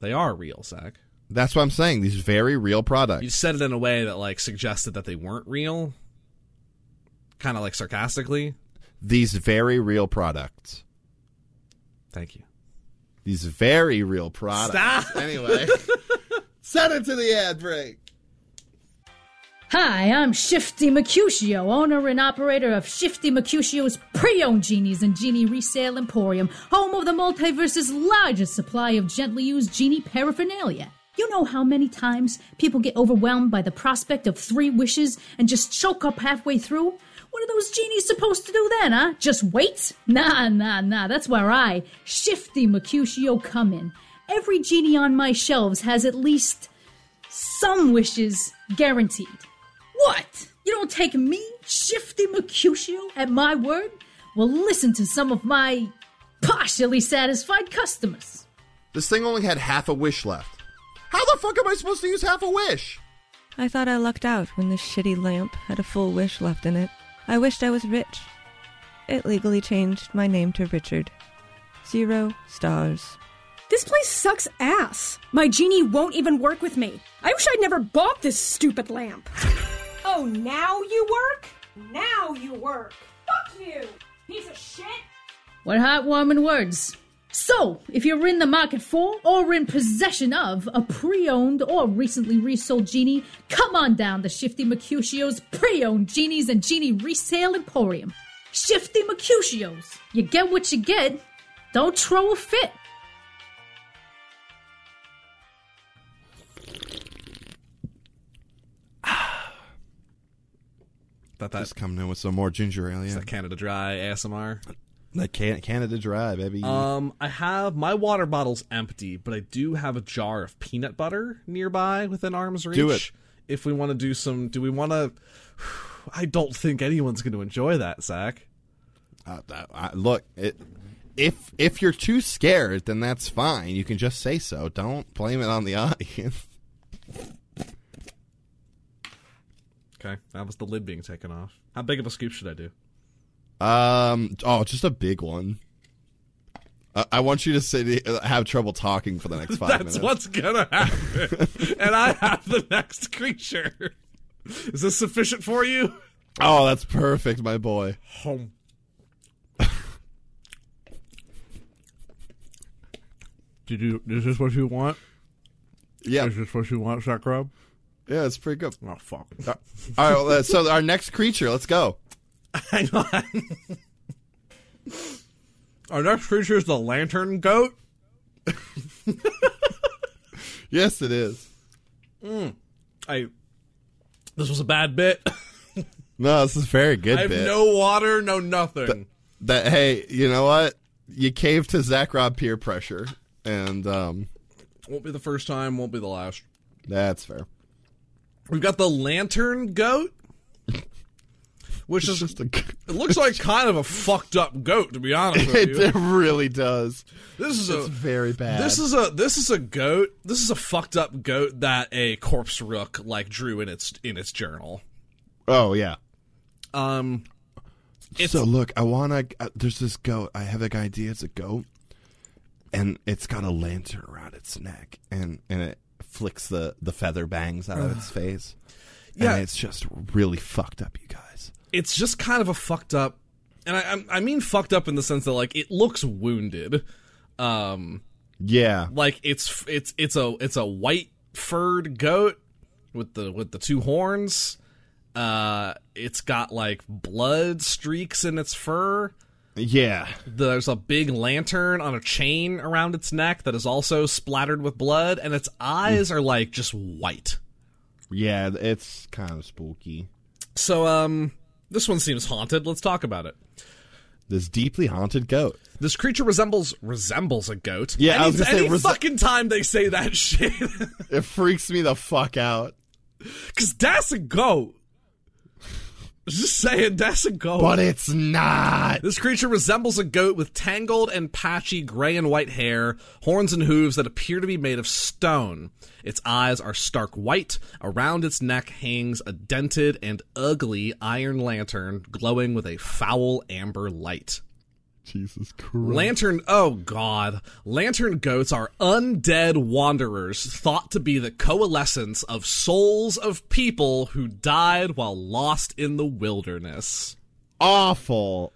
[SPEAKER 1] They are real, Zach.
[SPEAKER 2] That's what I'm saying. These very real
[SPEAKER 1] You
[SPEAKER 2] products.
[SPEAKER 1] said it in a way that like suggested that they weren't real, kind of like sarcastically.
[SPEAKER 2] These very real products.
[SPEAKER 1] Thank you.
[SPEAKER 2] These very real products.
[SPEAKER 1] Stop.
[SPEAKER 2] Anyway. Send it to the ad break.
[SPEAKER 4] Hi, I'm Shifty Mercutio, owner and operator of Shifty Mercutio's pre-owned genies and genie resale emporium, home of the multiverse's largest supply of gently used genie paraphernalia. You know how many times people get overwhelmed by the prospect of three wishes and just choke up halfway through? What are those genies supposed to do then, huh? Just wait? Nah, nah, nah, that's where I, Shifty Mercutio, come in. Every genie on my shelves has at least some wishes guaranteed. What? You don't take me, Shifty Mercutio, at my word? Well, listen to some of my partially satisfied customers.
[SPEAKER 3] This thing only had half a wish left. How the fuck am I supposed to use half a wish?
[SPEAKER 5] I thought I lucked out when this shitty lamp had a full wish left in it. I wished I was rich. It legally changed my name to Richard. Zero stars.
[SPEAKER 6] This place sucks ass. My genie won't even work with me. I wish I'd never bought this stupid lamp. Oh, now you work? Now you work. Fuck you, piece of shit.
[SPEAKER 4] What heartwarming words. So, if you're in the market for or in possession of a pre owned or recently resold genie, come on down to Shifty Mercutio's pre owned genies and genie resale emporium. Shifty Mercutio's. You get what you get. Don't throw a fit.
[SPEAKER 1] Thought that
[SPEAKER 2] Just coming in with some more ginger ale. Yeah.
[SPEAKER 1] that Canada Dry ASMR.
[SPEAKER 2] Like Can- Canada Dry, baby.
[SPEAKER 1] Um, I have my water bottle's empty, but I do have a jar of peanut butter nearby within arm's reach.
[SPEAKER 2] Do it.
[SPEAKER 1] If we want to do some, do we want to? I don't think anyone's going to enjoy that, Zach.
[SPEAKER 2] Uh, that- I- look, it, if if you're too scared, then that's fine. You can just say so. Don't blame it on the audience.
[SPEAKER 1] Okay, that was the lid being taken off. How big of a scoop should I do?
[SPEAKER 2] Um. Oh, just a big one. I, I want you to say have trouble talking for the next five minutes.
[SPEAKER 1] That's what's gonna happen, and I have the next creature. Is this sufficient for you?
[SPEAKER 2] Oh, that's perfect, my boy.
[SPEAKER 1] Home. Did you? Is this what you want?
[SPEAKER 2] Yeah,
[SPEAKER 1] this what you want, Sakrab?
[SPEAKER 2] yeah, it's pretty good.
[SPEAKER 1] Oh fuck!
[SPEAKER 2] All right, well, uh, so our next creature, let's go.
[SPEAKER 1] Hang on. Our next creature is the lantern goat.
[SPEAKER 2] Yes, it is.
[SPEAKER 1] I. This was a bad bit.
[SPEAKER 2] No, this is a very good
[SPEAKER 1] I have
[SPEAKER 2] bit.
[SPEAKER 1] no water, no nothing.
[SPEAKER 2] that hey, you know what? You caved to Zach Rob peer pressure, and um,
[SPEAKER 1] won't be the first time. Won't be the last.
[SPEAKER 2] that's fair.
[SPEAKER 1] We've got the lantern goat, which is
[SPEAKER 2] Just a,
[SPEAKER 1] it looks like kind of a fucked up goat to be honest with you.
[SPEAKER 2] it really does.
[SPEAKER 1] This is
[SPEAKER 2] It's
[SPEAKER 1] a
[SPEAKER 2] very bad.
[SPEAKER 1] this is a this is a goat. This is a fucked up goat that a corpse rook like drew in its in its journal.
[SPEAKER 2] oh yeah.
[SPEAKER 1] Um, It's-
[SPEAKER 2] so look, I want to. Uh, there's this goat. I have an idea. It's a goat, and it's got a lantern around its neck, and and it flicks the the feather bangs out of its face.
[SPEAKER 1] Yeah.
[SPEAKER 2] and it's just really fucked up, you guys.
[SPEAKER 1] it's just kind of a fucked up, and I I'm- I mean fucked up in the sense that like it looks wounded. Um,
[SPEAKER 2] Yeah,
[SPEAKER 1] like it's it's it's a it's a white furred goat with the with the two horns uh it's got like blood streaks in its fur
[SPEAKER 2] yeah.
[SPEAKER 1] there's a big lantern on a chain around its neck that is also splattered with blood and its eyes are like just white
[SPEAKER 2] Yeah, it's kind of spooky.
[SPEAKER 1] so um this one seems haunted let's talk about it
[SPEAKER 2] This deeply haunted goat.
[SPEAKER 1] this creature resembles resembles a goat
[SPEAKER 2] Yeah,
[SPEAKER 1] any,
[SPEAKER 2] I was gonna say
[SPEAKER 1] any
[SPEAKER 2] rese-
[SPEAKER 1] fucking time they say that shit
[SPEAKER 2] It freaks me the fuck out.
[SPEAKER 1] because that's a goat just saying that's a goat
[SPEAKER 2] But it's not.
[SPEAKER 1] This creature resembles a goat with tangled and patchy gray and white hair, horns and hooves that appear to be made of stone. Its eyes are stark white. Around its neck hangs a dented and ugly iron lantern glowing with a foul amber light.
[SPEAKER 2] Jesus Christ.
[SPEAKER 1] Lantern, oh god. Lantern goats are undead wanderers thought to be the coalescence of souls of people who died while lost in the wilderness.
[SPEAKER 2] Awful.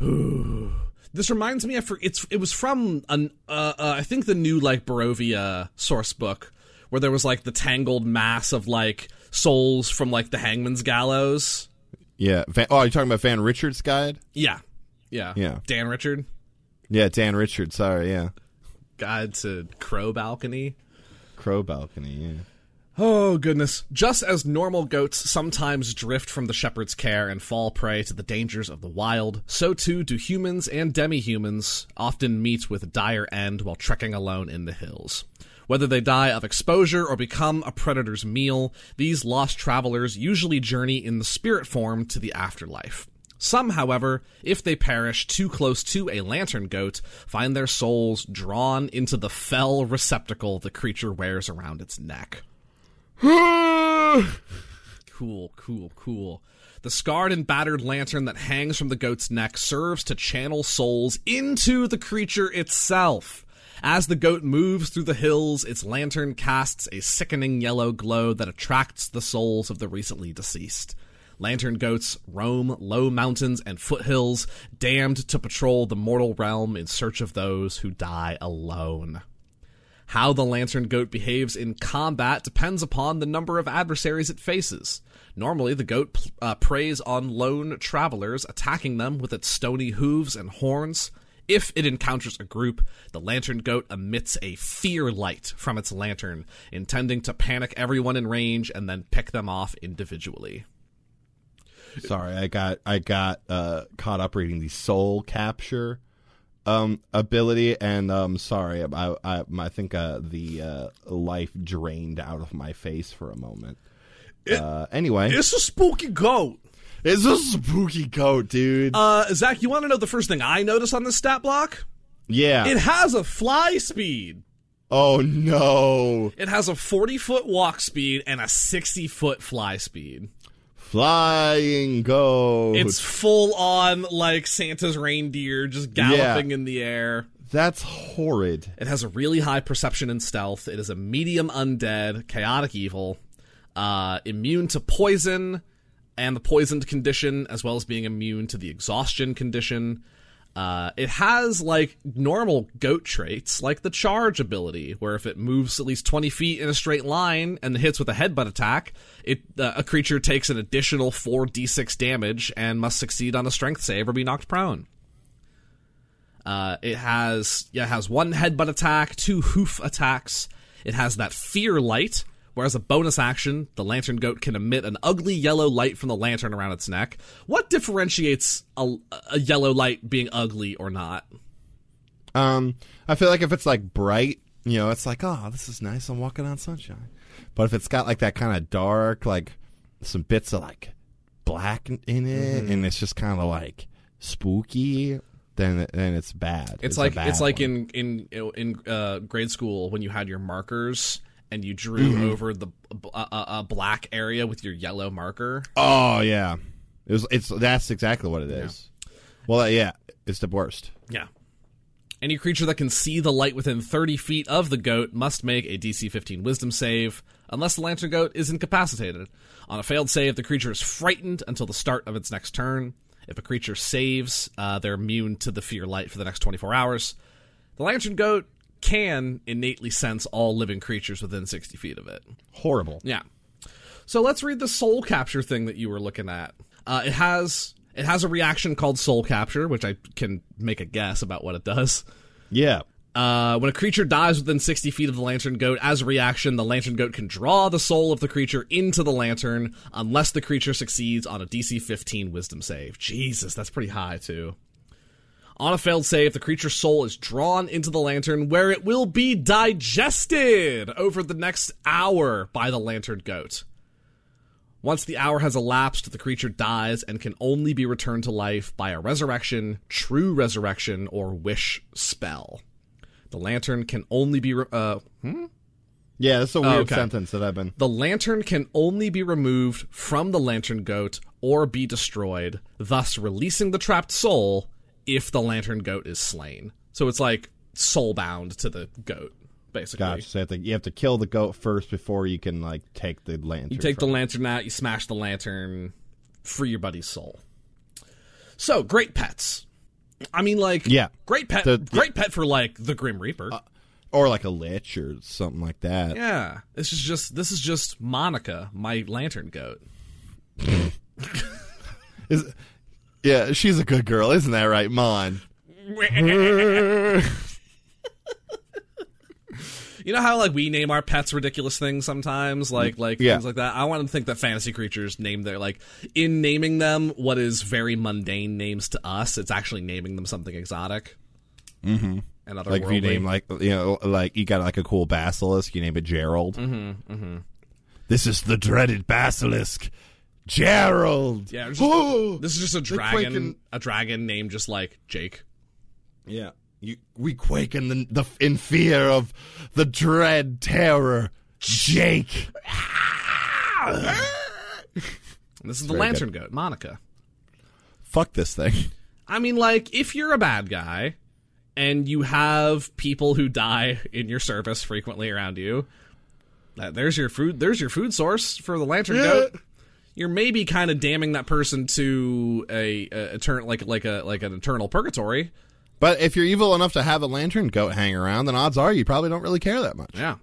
[SPEAKER 1] This reminds me, I for, it's it was from an uh, uh, I think the new like Barovia source book where there was like the tangled mass of like souls from like the Hangman's Gallows.
[SPEAKER 2] Yeah. Van, oh, are you talking about Van Richards' guide?
[SPEAKER 1] Yeah, yeah,
[SPEAKER 2] Yeah.
[SPEAKER 1] Dan Richard,
[SPEAKER 2] Yeah, Dan Richards. Sorry. Yeah.
[SPEAKER 1] Guide to Crow Balcony.
[SPEAKER 2] Crow balcony. Yeah.
[SPEAKER 1] Oh, goodness. Just as normal goats sometimes drift from the shepherd's care and fall prey to the dangers of the wild, so too do humans and demi-humans often meet with a dire end while trekking alone in the hills. Whether they die of exposure or become a predator's meal, these lost travelers usually journey in the spirit form to the afterlife. Some, however, if they perish too close to a lantern goat, find their souls drawn into the fell receptacle the creature wears around its neck. Cool, cool, cool. The scarred and battered lantern that hangs from the goat's neck serves to channel souls into the creature itself. As the goat moves through the hills, its lantern casts a sickening yellow glow that attracts the souls of the recently deceased. Lantern goats roam low mountains and foothills, damned to patrol the mortal realm in search of those who die alone. How the lantern goat behaves in combat depends upon the number of adversaries it faces. Normally, the goat uh, preys on lone travelers, attacking them with its stony hooves and horns. If it encounters a group, the lantern goat emits a fear light from its lantern, intending to panic everyone in range and then pick them off individually.
[SPEAKER 2] Sorry, I got I got uh, caught up reading the soul capture um, ability, and um, sorry, I I, I think uh, the uh, life drained out of my face for a moment. Uh, anyway,
[SPEAKER 1] It's a spooky goat.
[SPEAKER 2] it's a spooky coat, dude.
[SPEAKER 1] Uh, Zach, you want to know the first thing I noticed on this stat block?
[SPEAKER 2] yeah.
[SPEAKER 1] It has a fly speed.
[SPEAKER 2] oh no.
[SPEAKER 1] It has a 40 foot walk speed and a 60 foot fly speed.
[SPEAKER 2] Flying goat.
[SPEAKER 1] It's full on like Santa's reindeer just galloping in the air.
[SPEAKER 2] That's horrid.
[SPEAKER 1] It has a really high perception and stealth. It is a medium undead, chaotic evil, uh, immune to poison and the poisoned condition, as well as being immune to the exhaustion condition. Uh, it has like normal goat traits, like the charge ability, where if it moves at least 20 feet in a straight line and hits with a headbutt attack, it uh, a creature takes an additional 4d6 damage and must succeed on a strength save or be knocked prone. Uh, it has yeah, it has one headbutt attack, two hoof attacks. It has that fear light, whereas a bonus action, the lantern goat can emit an ugly yellow light from the lantern around its neck. What differentiates a, a yellow light being ugly or not?
[SPEAKER 2] Um, I feel like if it's like bright, you know, it's like, oh, this is nice. I'm walking on sunshine. But if it's got like that kind of dark, like some bits of like black in it,
[SPEAKER 1] Mm-hmm.
[SPEAKER 2] and it's just kind of like spooky, then then it's bad.
[SPEAKER 1] It's,
[SPEAKER 2] a
[SPEAKER 1] like
[SPEAKER 2] bad
[SPEAKER 1] it's like
[SPEAKER 2] one.
[SPEAKER 1] in in in uh, grade school when you had your markers and you drew
[SPEAKER 2] Mm-hmm.
[SPEAKER 1] over the a uh, uh, black area with your yellow marker.
[SPEAKER 2] oh yeah, it was it's that's exactly what it is. Well, yeah, it's the worst.
[SPEAKER 1] Yeah. Any creature that can see the light within 30 feet of the goat must make a DC 15 wisdom save, unless the lantern goat is incapacitated. On a failed save, the creature is frightened until the start of its next turn. If a creature saves, uh, they're immune to the fear light for the next 24 hours. The lantern goat can innately sense all living creatures within 60 feet of it.
[SPEAKER 2] Horrible.
[SPEAKER 1] Yeah. So let's read the soul capture thing that you were looking at. Uh, it has it has a reaction called soul capture, which I can make a guess about what it does.
[SPEAKER 2] Yeah.
[SPEAKER 1] Uh, when a creature dies within 60 feet of the lantern goat, as a reaction, the lantern goat can draw the soul of the creature into the lantern unless the creature succeeds on a DC 15 wisdom save. Jesus, that's pretty high, too. On a failed save, the creature's soul is drawn into the lantern where it will be digested over the next hour by the lantern goat. Once the hour has elapsed, the creature dies and can only be returned to life by a resurrection, true resurrection, or wish spell. The lantern can only be re- uh,
[SPEAKER 2] Yeah, that's a weird
[SPEAKER 1] Oh, okay.
[SPEAKER 2] sentence that I've been.
[SPEAKER 1] the lantern can only be removed from the lantern goat or be destroyed, thus releasing the trapped soul if the lantern goat is slain. So it's like soul bound to the goat, basically.
[SPEAKER 2] Gotcha. So you have, to, you have to kill the goat first before you can like take the lantern.
[SPEAKER 1] You take the
[SPEAKER 2] from-
[SPEAKER 1] lantern out, you smash the lantern, free your buddy's soul. So great pets. I mean, like
[SPEAKER 2] Yeah. Uh,
[SPEAKER 1] great pet,
[SPEAKER 2] The-
[SPEAKER 1] great pet for like the Grim Reaper.
[SPEAKER 2] or like a lich or something like that.
[SPEAKER 1] yeah, this is just this is just Monica, my lantern goat.
[SPEAKER 2] Is- yeah, she's a good girl, isn't that right, Mon?
[SPEAKER 1] You know how like we name our pets ridiculous things sometimes, like like
[SPEAKER 2] Mm. Yeah.
[SPEAKER 1] things like that. I want to think that fantasy creatures name their like in naming them what is very mundane names to us. It's actually naming them something exotic. Mm-hmm. And otherworldly.
[SPEAKER 2] Like if you name like you know like you got like a cool basilisk, you name it Gerald. Mm-hmm, mm-hmm. This is the dreaded basilisk, Gerald.
[SPEAKER 1] Yeah, just-
[SPEAKER 2] Oh!
[SPEAKER 1] this is just a
[SPEAKER 2] quake
[SPEAKER 1] dragon,
[SPEAKER 2] in-
[SPEAKER 1] a dragon named just like Jake.
[SPEAKER 2] yeah. You, we quake in the, the in fear of the dread terror, Jake.
[SPEAKER 1] And this is the
[SPEAKER 2] very
[SPEAKER 1] lantern goat, Monica.
[SPEAKER 2] Fuck this thing.
[SPEAKER 1] I mean, like, if you're a bad guy and you have people who die in your service frequently around you, uh, there's your food. There's your food source for the lantern goat. You're maybe kind of damning that person to a, a eternal, like like a like an eternal purgatory.
[SPEAKER 2] But if you're evil enough to have a lantern goat hang around, then odds are you probably don't really care that much.
[SPEAKER 1] Yeah.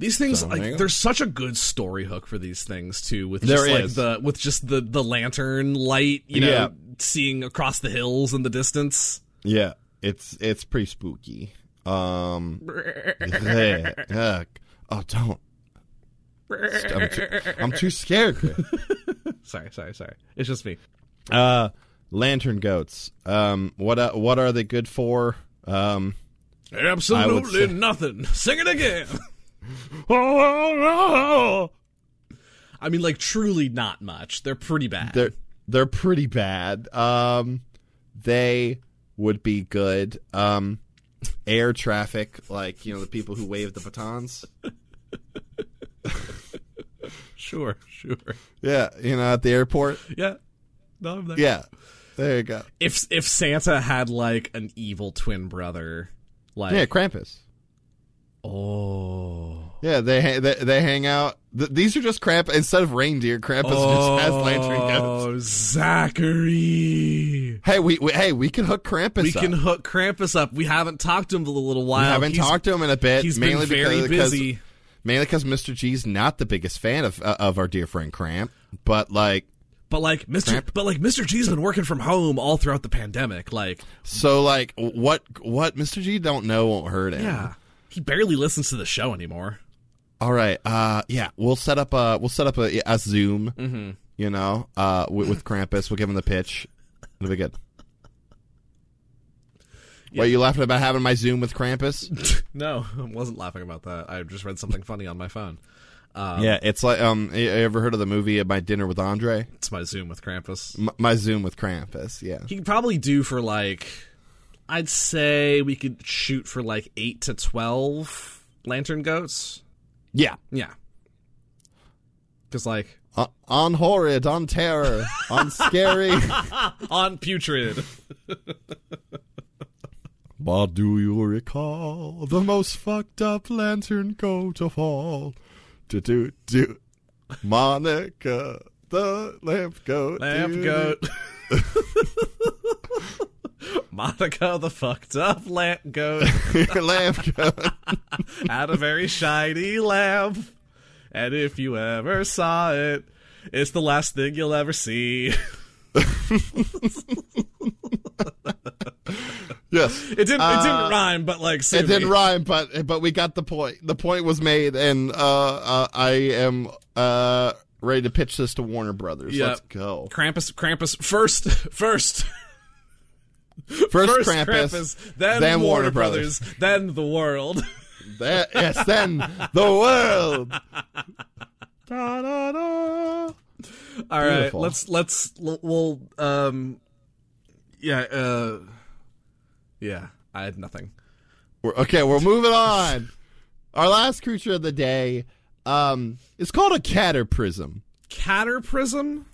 [SPEAKER 1] These things,
[SPEAKER 2] So, there you
[SPEAKER 1] like,
[SPEAKER 2] go.
[SPEAKER 1] there's such a good story hook for these things too, with
[SPEAKER 2] There
[SPEAKER 1] just like
[SPEAKER 2] is.
[SPEAKER 1] the with just the the lantern light, you know,
[SPEAKER 2] Yeah.
[SPEAKER 1] seeing across the hills in the distance.
[SPEAKER 2] Yeah, it's it's pretty spooky. Um, yeah, ugh. oh, don't. I'm too, I'm too scared. Chris.
[SPEAKER 1] Sorry, sorry, sorry. It's just me.
[SPEAKER 2] Uh, lantern goats. Um, what uh, what are they good for? Um,
[SPEAKER 1] Absolutely
[SPEAKER 2] say-
[SPEAKER 1] nothing. Sing it again. I mean, like truly not much. They're pretty bad.
[SPEAKER 2] They're they're pretty bad. Um, they would be good. Um, air traffic, like you know, the people who wave the batons.
[SPEAKER 1] sure, sure.
[SPEAKER 2] Yeah, you know, at the airport.
[SPEAKER 1] Yeah. No, I'm there.
[SPEAKER 2] Yeah, there you go.
[SPEAKER 1] If if Santa had like an evil twin brother, like
[SPEAKER 2] Yeah, Krampus.
[SPEAKER 1] oh
[SPEAKER 2] Yeah, they ha- they, they hang out. Th- these are just Krampus instead of reindeer. Krampus just has lantern ghosts.
[SPEAKER 1] oh Zachary.
[SPEAKER 2] Hey, we, we hey we can hook Krampus.
[SPEAKER 1] We can
[SPEAKER 2] Up.
[SPEAKER 1] hook Krampus up. We haven't talked to him for a little while.
[SPEAKER 2] We haven't
[SPEAKER 1] He's-
[SPEAKER 2] talked to him in a bit.
[SPEAKER 1] he's been
[SPEAKER 2] mainly
[SPEAKER 1] very
[SPEAKER 2] because,
[SPEAKER 1] busy.
[SPEAKER 2] Because, mainly because Mr. G's not the biggest fan of uh, of our dear friend Cramp, but like
[SPEAKER 1] But like Mr.
[SPEAKER 2] Cramp-
[SPEAKER 1] But like Mr. G's been working from home all throughout the pandemic. Like
[SPEAKER 2] so like what what Mr. G don't know won't hurt him.
[SPEAKER 1] yeah, he barely listens to the show anymore.
[SPEAKER 2] All right. Uh, yeah, we'll set up a we'll set up a, a Zoom. You know, uh, with, with Krampus, we'll give him the pitch. It'll be good. Wait, you laughing about having my Zoom with Krampus?
[SPEAKER 1] No, I wasn't laughing about that. I just read something funny on my phone.
[SPEAKER 2] yeah, it's like um, you you ever heard of the movie uh, My Dinner with Andre?
[SPEAKER 1] It's my Zoom with Krampus.
[SPEAKER 2] M- my Zoom with Krampus. Yeah.
[SPEAKER 1] He could probably do for like, I'd say we could shoot for like eight to twelve lantern goats.
[SPEAKER 2] Yeah.
[SPEAKER 1] Yeah, because like
[SPEAKER 2] Uh, on horrid, on terror, on scary.
[SPEAKER 1] on putrid.
[SPEAKER 2] But do you recall the most fucked up lantern goat of all? Do do do, Monica the lamp goat.
[SPEAKER 1] Lamp
[SPEAKER 2] doo-doo.
[SPEAKER 1] goat. Monica the fucked up lamp goat
[SPEAKER 2] lamp goat.
[SPEAKER 1] had a very shiny lamp. And if you ever saw it, it's the last thing you'll ever see.
[SPEAKER 2] Yes.
[SPEAKER 1] It didn't it
[SPEAKER 2] Uh,
[SPEAKER 1] didn't rhyme, but like sue
[SPEAKER 2] It didn't
[SPEAKER 1] me.
[SPEAKER 2] rhyme, but but we got the point. The point was made, and uh, uh I am uh ready to pitch this to Warner Brothers.
[SPEAKER 1] Yeah.
[SPEAKER 2] Let's go.
[SPEAKER 1] Krampus Krampus first first
[SPEAKER 2] First,
[SPEAKER 1] first
[SPEAKER 2] Krampus,
[SPEAKER 1] Krampus, then, Warner, Brothers, then the world.
[SPEAKER 2] That, yes, then the world. da, da, da.
[SPEAKER 1] All right,
[SPEAKER 2] Beautiful.
[SPEAKER 1] let's let's l- we'll um yeah, uh yeah, I had nothing.
[SPEAKER 2] We're, okay, we're moving on. Our last creature of the day um, is called a cataprism.
[SPEAKER 1] Caterprism,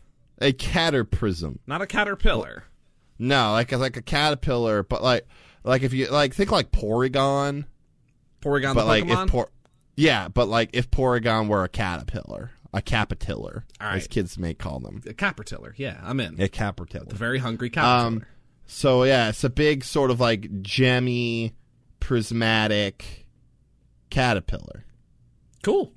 [SPEAKER 2] A cataprism.
[SPEAKER 1] not a caterpillar.
[SPEAKER 2] No, like a, like a caterpillar, but like like if you like think like Porygon,
[SPEAKER 1] Porygon
[SPEAKER 2] but
[SPEAKER 1] the
[SPEAKER 2] like
[SPEAKER 1] Pokemon.
[SPEAKER 2] if Por- yeah, but like if Porygon were a caterpillar, a caterpillar,
[SPEAKER 1] All
[SPEAKER 2] as
[SPEAKER 1] right.
[SPEAKER 2] kids may call them,
[SPEAKER 1] a caterpillar. Yeah, I'm in.
[SPEAKER 2] a caterpillar.
[SPEAKER 1] The very hungry caterpillar.
[SPEAKER 2] Um, so yeah, it's a big sort of like gemmy, prismatic caterpillar.
[SPEAKER 1] cool.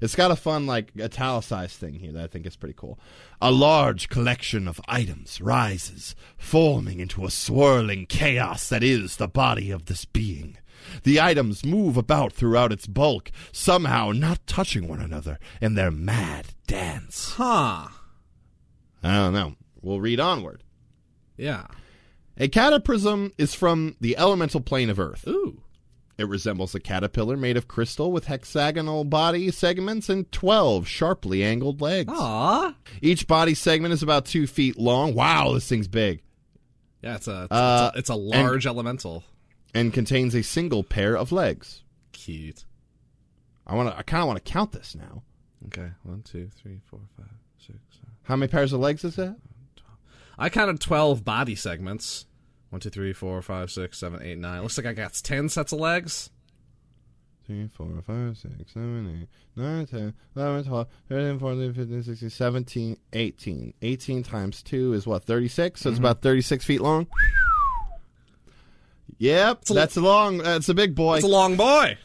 [SPEAKER 2] It's got a fun, like, italicized thing here that I think is pretty cool. A large collection of items rises, forming into a swirling chaos that is the body of this being. The items move about throughout its bulk, somehow not touching one another in their mad dance.
[SPEAKER 1] Huh.
[SPEAKER 2] I don't know. We'll read onward.
[SPEAKER 1] Yeah.
[SPEAKER 2] A cataprism is from the elemental plane of Earth.
[SPEAKER 1] Ooh.
[SPEAKER 2] It resembles a caterpillar made of crystal with hexagonal body segments and 12 sharply angled legs.
[SPEAKER 1] Aw.
[SPEAKER 2] Each body segment is about two feet long. Wow, this thing's big.
[SPEAKER 1] Yeah, it's a it's,
[SPEAKER 2] Uh,
[SPEAKER 1] a, it's a large elemental.
[SPEAKER 2] And contains a single pair of legs.
[SPEAKER 1] Cute.
[SPEAKER 2] I want to. I kind of want to count this now.
[SPEAKER 1] Okay, one, two, three, four, five, six. Seven.
[SPEAKER 2] How many pairs of legs is that?
[SPEAKER 1] I counted twelve body segments. One, two, three, four, five, six, seven, eight, nine. Looks like I got ten sets of legs.
[SPEAKER 2] Three, four, five, six, seven, eight, nine, ten, eleven, twelve, thirteen, fourteen, fifteen, sixteen, seventeen, eighteen. Eighteen times two is what? Thirty-six. So it's
[SPEAKER 1] Mm-hmm.
[SPEAKER 2] about thirty-six feet long. yep,
[SPEAKER 1] a-
[SPEAKER 2] that's a long. That's a big boy.
[SPEAKER 1] It's a long boy.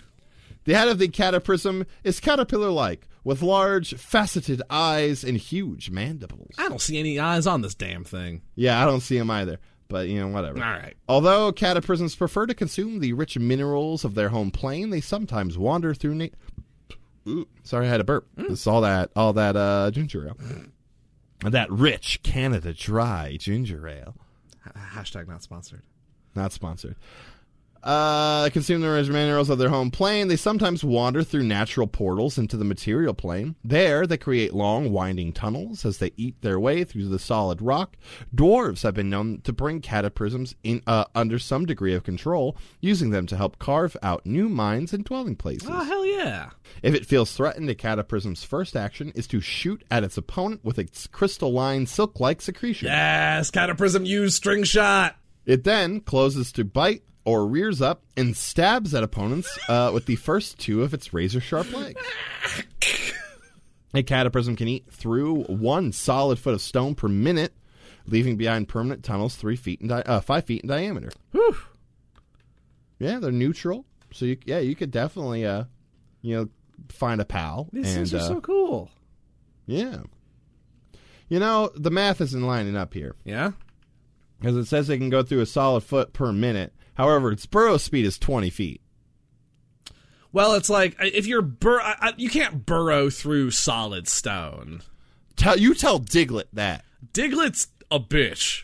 [SPEAKER 2] The head of the cataprism is caterpillar-like, with large faceted eyes and huge mandibles.
[SPEAKER 1] I don't see any eyes on this damn thing.
[SPEAKER 2] Yeah, I don't see them either. But you know, whatever.
[SPEAKER 1] All right.
[SPEAKER 2] Although cataprisms prefer to consume the rich minerals of their home plane, they sometimes wander through. Na- Ooh, sorry, I had a burp. It's all that, all that uh, ginger ale, that rich Canada Dry ginger ale.
[SPEAKER 1] Ha- Hashtag not sponsored.
[SPEAKER 2] Not sponsored. Uh, consume the minerals of their home plane. They sometimes wander through natural portals into the material plane. There, they create long, winding tunnels as they eat their way through the solid rock. Dwarves have been known to bring cataprisms in uh, under some degree of control, using them to help carve out new mines and dwelling places.
[SPEAKER 1] Oh hell yeah!
[SPEAKER 2] If it feels threatened, a cataprism's first action is to shoot at its opponent with its crystalline, silk-like secretion.
[SPEAKER 1] Yes, cataprism use string shot.
[SPEAKER 2] It then closes to bite or rears up and stabs at opponents uh, with the first two of its razor sharp legs. A cataprism can eat through one solid foot of stone per minute, leaving behind permanent tunnels three feet in di- uh, five feet in diameter. Yeah, they're neutral, so you, yeah, you could definitely uh, you know find a pal.
[SPEAKER 1] These
[SPEAKER 2] and,
[SPEAKER 1] things are
[SPEAKER 2] uh,
[SPEAKER 1] so cool.
[SPEAKER 2] yeah, you know the math isn't lining up here
[SPEAKER 1] Yeah.
[SPEAKER 2] because it says they can go through a solid foot per minute. However, its burrow speed is 20 feet.
[SPEAKER 1] Well, it's like I- if you're bur, I, I, you can't burrow through solid stone.
[SPEAKER 2] Tell you tell Diglett that.
[SPEAKER 1] Diglett's a bitch,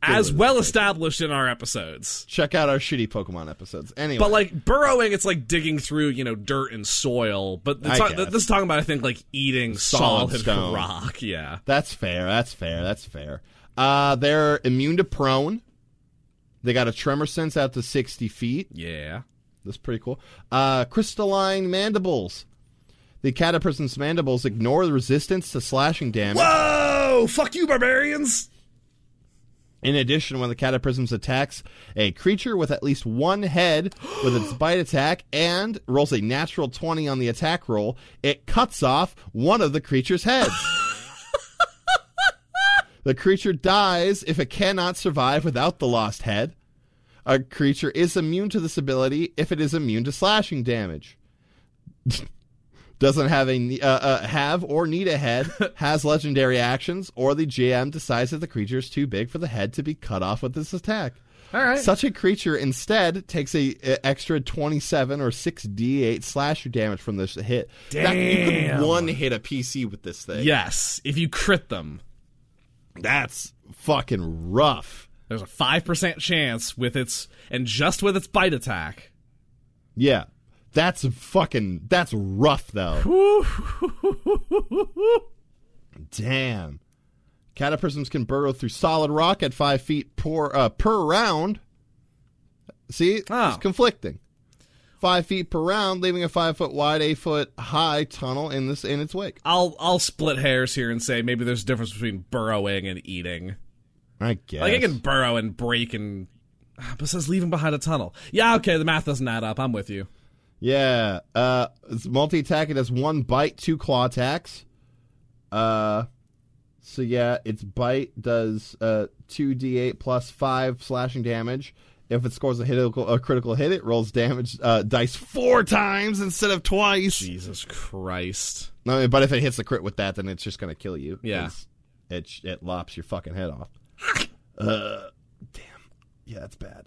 [SPEAKER 1] as well established in our episodes.
[SPEAKER 2] Check out our shitty Pokemon episodes. Anyway,
[SPEAKER 1] But like burrowing, it's like digging through you know dirt and soil. But the
[SPEAKER 2] I
[SPEAKER 1] ta-
[SPEAKER 2] guess.
[SPEAKER 1] th- this is talking about I think like eating
[SPEAKER 2] Solid
[SPEAKER 1] solid,
[SPEAKER 2] stone.
[SPEAKER 1] rock. Yeah.
[SPEAKER 2] that's fair. That's fair. That's fair. Uh, they're immune to prone. They got a tremor sense out to 60 feet.
[SPEAKER 1] Yeah.
[SPEAKER 2] That's pretty cool. Uh, crystalline mandibles. The cataprism's mandibles ignore the resistance to slashing damage.
[SPEAKER 1] Whoa! Fuck you, barbarians!
[SPEAKER 2] In addition, when the cataprism attacks a creature with at least one head with its bite attack and rolls a natural 20 on the attack roll, it cuts off one of the creature's heads. the creature dies if it cannot survive without the lost head. A creature is immune to this ability if it is immune to slashing damage. Doesn't have a ne- uh, uh, have or need a head, has legendary actions, or the GM decides that the creature is too big for the head to be cut off with this attack.
[SPEAKER 1] All right.
[SPEAKER 2] Such a creature instead takes a, a extra twenty-seven or six d8 slasher damage from this hit. That- you
[SPEAKER 1] Damn.
[SPEAKER 2] could one hit a PC with this thing.
[SPEAKER 1] yes, if you crit them,
[SPEAKER 2] that's fucking rough.
[SPEAKER 1] there's a five percent chance with its and just with its bite attack.
[SPEAKER 2] Yeah, that's fucking that's rough though. Damn. Cataprisms can burrow through solid rock at five feet per uh, per round. See,
[SPEAKER 1] Oh.
[SPEAKER 2] it's conflicting. Five feet per round, leaving a five foot wide, eight foot high tunnel in this in its wake.
[SPEAKER 1] I'll I'll split hairs here and say maybe there's a difference between burrowing and eating.
[SPEAKER 2] I guess.
[SPEAKER 1] Like I can burrow and break and but it says leaving behind a tunnel. Yeah, okay, the math doesn't add up. I'm with you.
[SPEAKER 2] Yeah. Uh, it's multi attack. It has one bite, two claw attacks. Uh, so yeah, its bite does uh two d8 plus five slashing damage. If it scores a, hit, a critical hit, it rolls damage uh, dice four times instead of twice.
[SPEAKER 1] Jesus Christ.
[SPEAKER 2] No, but if it hits the crit with that, then it's just gonna kill you.
[SPEAKER 1] Yeah.
[SPEAKER 2] 'cause It sh- it lops your fucking head off. uh, damn. Yeah, that's bad.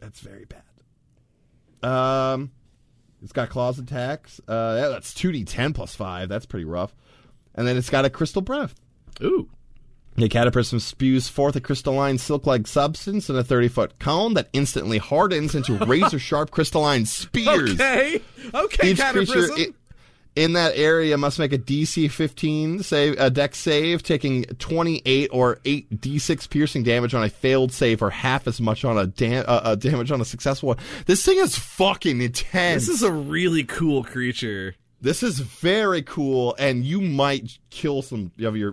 [SPEAKER 2] That's very bad. Um, it's got claws attacks. Uh, yeah, that's two d ten plus five. That's pretty rough. And then it's got a crystal breath.
[SPEAKER 1] Ooh.
[SPEAKER 2] The cataprism spews forth a crystalline silk-like substance in a thirty-foot cone that instantly hardens into razor-sharp crystalline spears.
[SPEAKER 1] Okay. Okay,
[SPEAKER 2] Each creature
[SPEAKER 1] cataprism.
[SPEAKER 2] i- in that area must make a DC 15 save, a deck save, taking 28 or 8 D6 piercing damage on a failed save, or half as much on a, dam- uh, uh, damage on a successful one. This thing is fucking intense.
[SPEAKER 1] This is a really cool creature.
[SPEAKER 2] This is very cool, and you might kill some of your.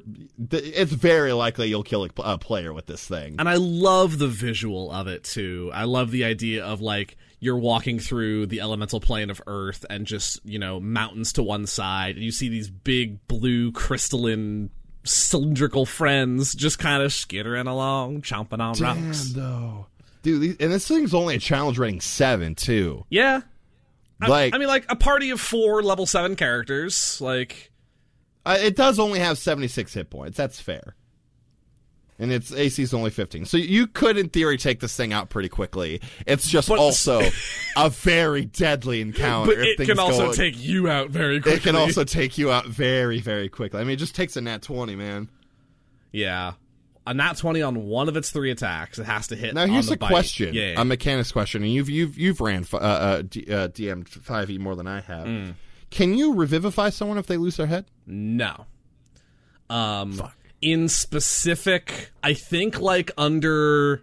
[SPEAKER 2] th- It's very likely you'll kill a, pl- a player with this thing.
[SPEAKER 1] And I love the visual of it too. I love the idea of like you're walking through the elemental plane of Earth and just, you know, mountains to one side and you see these big blue crystalline cylindrical friends just kind of skittering along, chomping on rocks.
[SPEAKER 2] though. Dude, these- and this thing's only a challenge rating 7, too.
[SPEAKER 1] Yeah. I-
[SPEAKER 2] Like-
[SPEAKER 1] I mean like a party of 4 level 7 characters, like
[SPEAKER 2] Uh, it does only have 76 hit points. That's fair. And its AC is only 15. So you could, in theory, take this thing out pretty quickly. It's just
[SPEAKER 1] But-
[SPEAKER 2] also a very deadly encounter.
[SPEAKER 1] but
[SPEAKER 2] if
[SPEAKER 1] it
[SPEAKER 2] things
[SPEAKER 1] can
[SPEAKER 2] go-
[SPEAKER 1] also take you out very quickly.
[SPEAKER 2] It can also take you out very, very quickly. I mean, it just takes a nat 20, man.
[SPEAKER 1] Yeah. a nat 20 on one of its three attacks. It has to hit.
[SPEAKER 2] Now
[SPEAKER 1] on
[SPEAKER 2] here's
[SPEAKER 1] the
[SPEAKER 2] a
[SPEAKER 1] bite.
[SPEAKER 2] question,
[SPEAKER 1] Yeah, yeah.
[SPEAKER 2] a mechanics question, and you've you've you've ran f- uh, uh, D, uh, DM five e more than I have.
[SPEAKER 1] Mm.
[SPEAKER 2] Can you revivify someone if they lose their head?
[SPEAKER 1] No. Um in specific, I think like under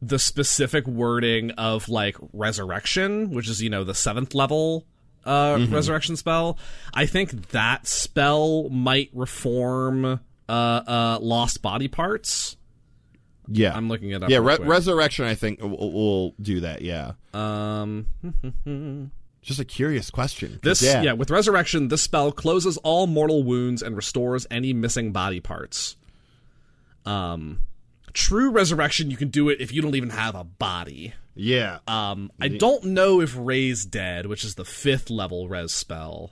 [SPEAKER 1] the specific wording of like resurrection, which is, you know, the seventh level uh
[SPEAKER 2] Mm-hmm.
[SPEAKER 1] resurrection spell, I think that spell might reform uh uh lost body parts.
[SPEAKER 2] Yeah,
[SPEAKER 1] I'm looking it up.
[SPEAKER 2] yeah,
[SPEAKER 1] real
[SPEAKER 2] re-
[SPEAKER 1] quick.
[SPEAKER 2] resurrection. I think will, will do that. Yeah,
[SPEAKER 1] um
[SPEAKER 2] just a curious question. 'cause,
[SPEAKER 1] This yeah. with resurrection, this spell closes all mortal wounds and restores any missing body parts. Um true resurrection you can do it if you don't even have a body.
[SPEAKER 2] yeah.
[SPEAKER 1] Um I don't know if raise dead, which is the 5th level res spell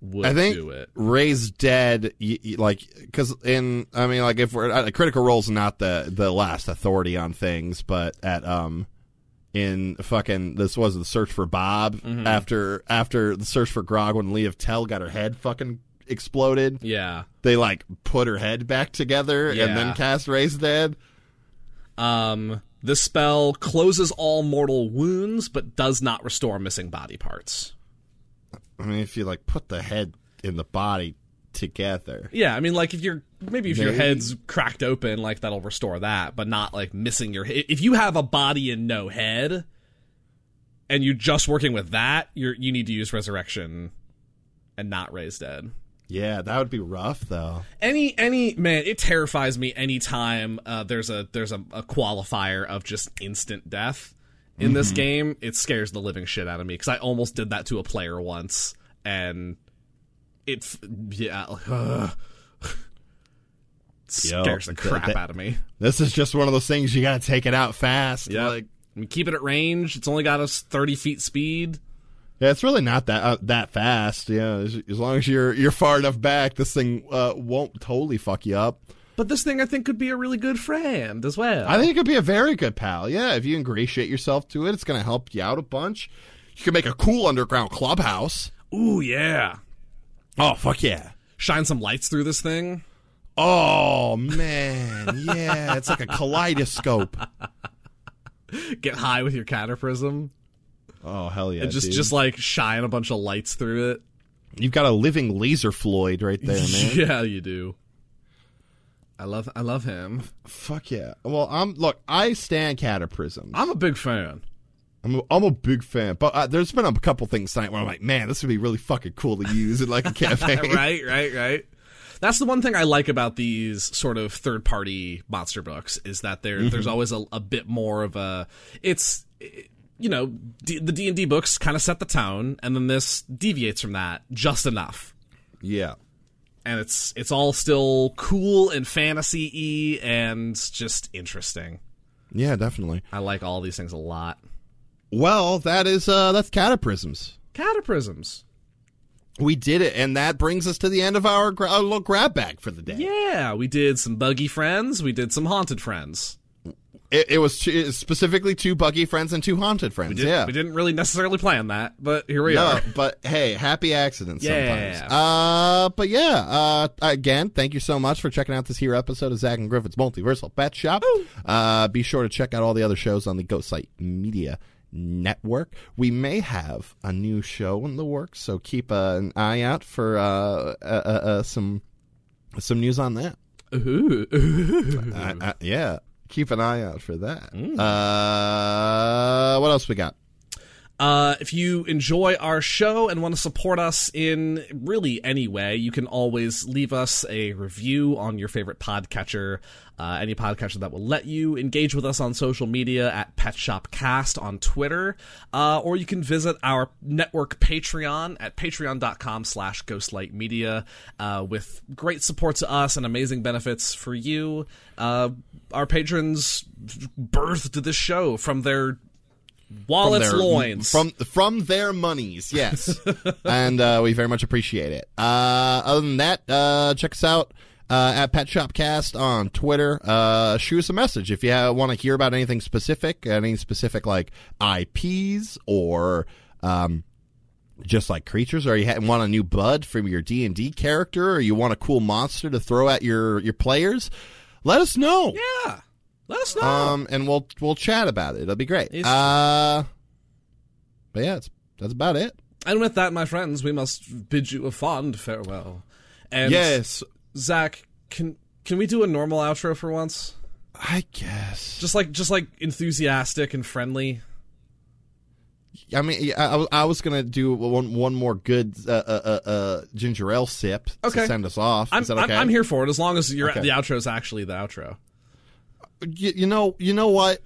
[SPEAKER 1] would
[SPEAKER 2] I think
[SPEAKER 1] do it.
[SPEAKER 2] raise dead, y- y- like because in I mean, like if we're uh, critical role's not the the last authority on things, but at um in fucking this was the search for Bob
[SPEAKER 1] Mm-hmm.
[SPEAKER 2] after after the search for Grog when Lee of Tell got her head fucking exploded,
[SPEAKER 1] Yeah.
[SPEAKER 2] they like put her head back together
[SPEAKER 1] Yeah.
[SPEAKER 2] and then cast raise dead.
[SPEAKER 1] Um this spell closes all mortal wounds but does not restore missing body parts.
[SPEAKER 2] I mean, if you like put the head in the body together,
[SPEAKER 1] Yeah, I mean, like if you're maybe if your
[SPEAKER 2] Maybe.
[SPEAKER 1] head's cracked open, like that'll restore that, but not like missing your. If you have a body and no head, and you're just working with that, you're you need to use resurrection, and not raise dead.
[SPEAKER 2] yeah, that would be rough though.
[SPEAKER 1] Any any man, it terrifies me anytime uh, there's a there's a, a qualifier of just instant death in this
[SPEAKER 2] Mm-hmm.
[SPEAKER 1] game. It scares the living shit out of me because I almost did that to a player once, and it f- yeah. ugh.
[SPEAKER 2] Yo,
[SPEAKER 1] Scares the
[SPEAKER 2] that-
[SPEAKER 1] crap
[SPEAKER 2] that-
[SPEAKER 1] out of me.
[SPEAKER 2] This is just one of those things you got to take it out fast.
[SPEAKER 1] Yeah,
[SPEAKER 2] like,
[SPEAKER 1] I mean, keep it at range. It's only got us thirty feet speed.
[SPEAKER 2] Yeah, it's really not that uh, that fast. Yeah, as, as long as you're you're far enough back, this thing uh, won't totally fuck you up.
[SPEAKER 1] But this thing, I think, could be a really good friend as well.
[SPEAKER 2] I think it could be a very good pal. Yeah, if you ingratiate yourself to it, it's going to help you out a bunch. You can make a cool underground clubhouse.
[SPEAKER 1] Ooh yeah,
[SPEAKER 2] Oh fuck yeah!
[SPEAKER 1] shine some lights through this thing.
[SPEAKER 2] Oh man, yeah, it's like a kaleidoscope.
[SPEAKER 1] Get high with your cataprism.
[SPEAKER 2] Oh hell yeah!
[SPEAKER 1] and just
[SPEAKER 2] dude.
[SPEAKER 1] just like shine a bunch of lights through it.
[SPEAKER 2] you've got a living laser Floyd right there, man.
[SPEAKER 1] yeah, you do. I love I love him.
[SPEAKER 2] Fuck yeah! Well, I'm look, I stand cataprism.
[SPEAKER 1] I'm a big fan.
[SPEAKER 2] I'm a, I'm a big fan, but uh, there's been a couple things tonight where I'm like, man, this would be really fucking cool to use in like a campaign.
[SPEAKER 1] right, right, right. That's the one thing I like about these sort of third party monster books is that there there's always a, a bit more of a it's eh, you know D, the D and D books kind of set the tone and then this deviates from that just enough
[SPEAKER 2] Yeah,
[SPEAKER 1] and it's it's all still cool and fantasy y and just interesting.
[SPEAKER 2] yeah, definitely.
[SPEAKER 1] I like all these things a lot.
[SPEAKER 2] Well, that is uh that's cataprisms.
[SPEAKER 1] Cataprisms.
[SPEAKER 2] We did it, and that brings us to the end of our, gra- our little grab bag for the day.
[SPEAKER 1] Yeah, we did some buggy friends. We did some haunted friends.
[SPEAKER 2] It, it was two, specifically two buggy friends and two haunted friends.
[SPEAKER 1] Did-
[SPEAKER 2] yeah,
[SPEAKER 1] we didn't really necessarily plan that, but here we
[SPEAKER 2] No,
[SPEAKER 1] are.
[SPEAKER 2] but hey, happy accidents
[SPEAKER 1] Yeah.
[SPEAKER 2] sometimes. Uh, but yeah, uh, again, thank you so much for checking out this here episode of Zach and Griffin's Multiversal Pet Shop. Uh, be sure to check out all the other shows on the Ghostlight Media Network. We may have a new show in the works, so keep uh, an eye out for uh, uh, uh, uh, some some news on that.
[SPEAKER 1] Ooh. Mm.
[SPEAKER 2] I, I, yeah, keep an eye out for that. Uh, what else we got?
[SPEAKER 1] Uh, if you enjoy our show and want to support us in really any way, you can always leave us a review on your favorite podcatcher, uh, any podcatcher that will let you. Engage with us on social media at Pet Shop Cast on Twitter, uh, or you can visit our network Patreon at patreon.com slash ghostlight media uh, with great support to us and amazing benefits for you. Uh, our patrons birthed this show from their
[SPEAKER 2] from
[SPEAKER 1] wallets
[SPEAKER 2] their-
[SPEAKER 1] loins
[SPEAKER 2] from from their monies yes and uh, we very much appreciate it uh, other than that uh, check us out uh, at Pet Shop Cast on Twitter, uh, shoot us a message if you want to hear about anything specific, any specific like IPs or um, just like creatures, or you ha- want a new bud from your D and D character, or you want a cool monster to throw at your your players. Let us know.
[SPEAKER 1] Yeah. Let us know.
[SPEAKER 2] Um, and we'll we'll chat about it. It'll be great.
[SPEAKER 1] It's-
[SPEAKER 2] Uh, but yeah, it's, that's about it.
[SPEAKER 1] and with that, my friends, we must bid you a fond farewell. And
[SPEAKER 2] yes,
[SPEAKER 1] Zach, can can we do a normal outro for once?
[SPEAKER 2] I guess.
[SPEAKER 1] Just like just like enthusiastic and friendly.
[SPEAKER 2] I mean, yeah, I, I was- I was gonna do one one more good uh, uh, uh, uh, ginger ale sip
[SPEAKER 1] Okay.
[SPEAKER 2] to send us off.
[SPEAKER 1] I'm,
[SPEAKER 2] Is that
[SPEAKER 1] I'm-
[SPEAKER 2] okay?
[SPEAKER 1] I'm here for it as long as you're
[SPEAKER 2] Okay.
[SPEAKER 1] the outro is actually the outro.
[SPEAKER 2] You, you know, you know what?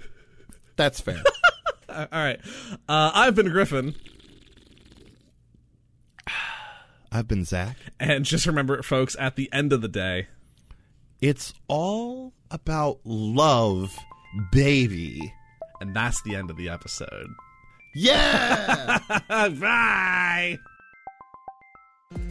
[SPEAKER 2] That's fair.
[SPEAKER 1] All right. Uh, I've been Griffin,
[SPEAKER 2] I've been Zach.
[SPEAKER 1] and just remember, folks, at the end of the day,
[SPEAKER 2] It's all about love, baby.
[SPEAKER 1] and that's the end of the episode.
[SPEAKER 2] Yeah.
[SPEAKER 1] Bye.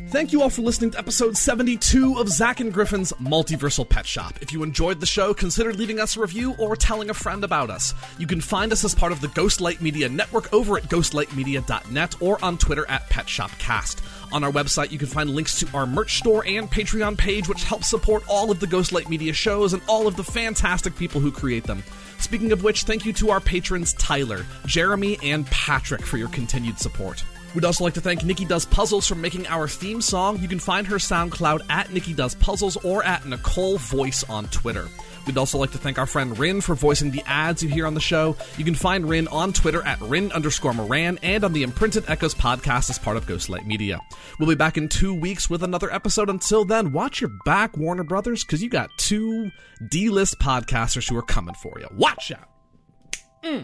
[SPEAKER 1] Thank you all for listening to episode 72 of Zack and Griffin's Multiversal Pet Shop. If you enjoyed the show, consider leaving us a review or telling a friend about us. You can find us as part of the Ghostlight Media Network over at ghostlightmedia.net or on Twitter at Pet Shop Cast. On our website, you can find links to our merch store and Patreon page, which helps support all of the Ghostlight Media shows and all of the fantastic people who create them. Speaking of which, thank you to our patrons Tyler, Jeremy, and Patrick for your continued support. We'd also like to thank Nikki Does Puzzles for making our theme song. You can find her SoundCloud at Nikki Does Puzzles or at Nicole Voice on Twitter. We'd also like to thank our friend Rin for voicing the ads you hear on the show. You can find Rin on Twitter at Rin underscore Moran and on the Imprinted Echoes podcast as part of Ghostlight Media. We'll be back in two weeks with another episode. Until then, watch your back, Warner Brothers, because you got two D list podcasters who are coming for you. Watch out!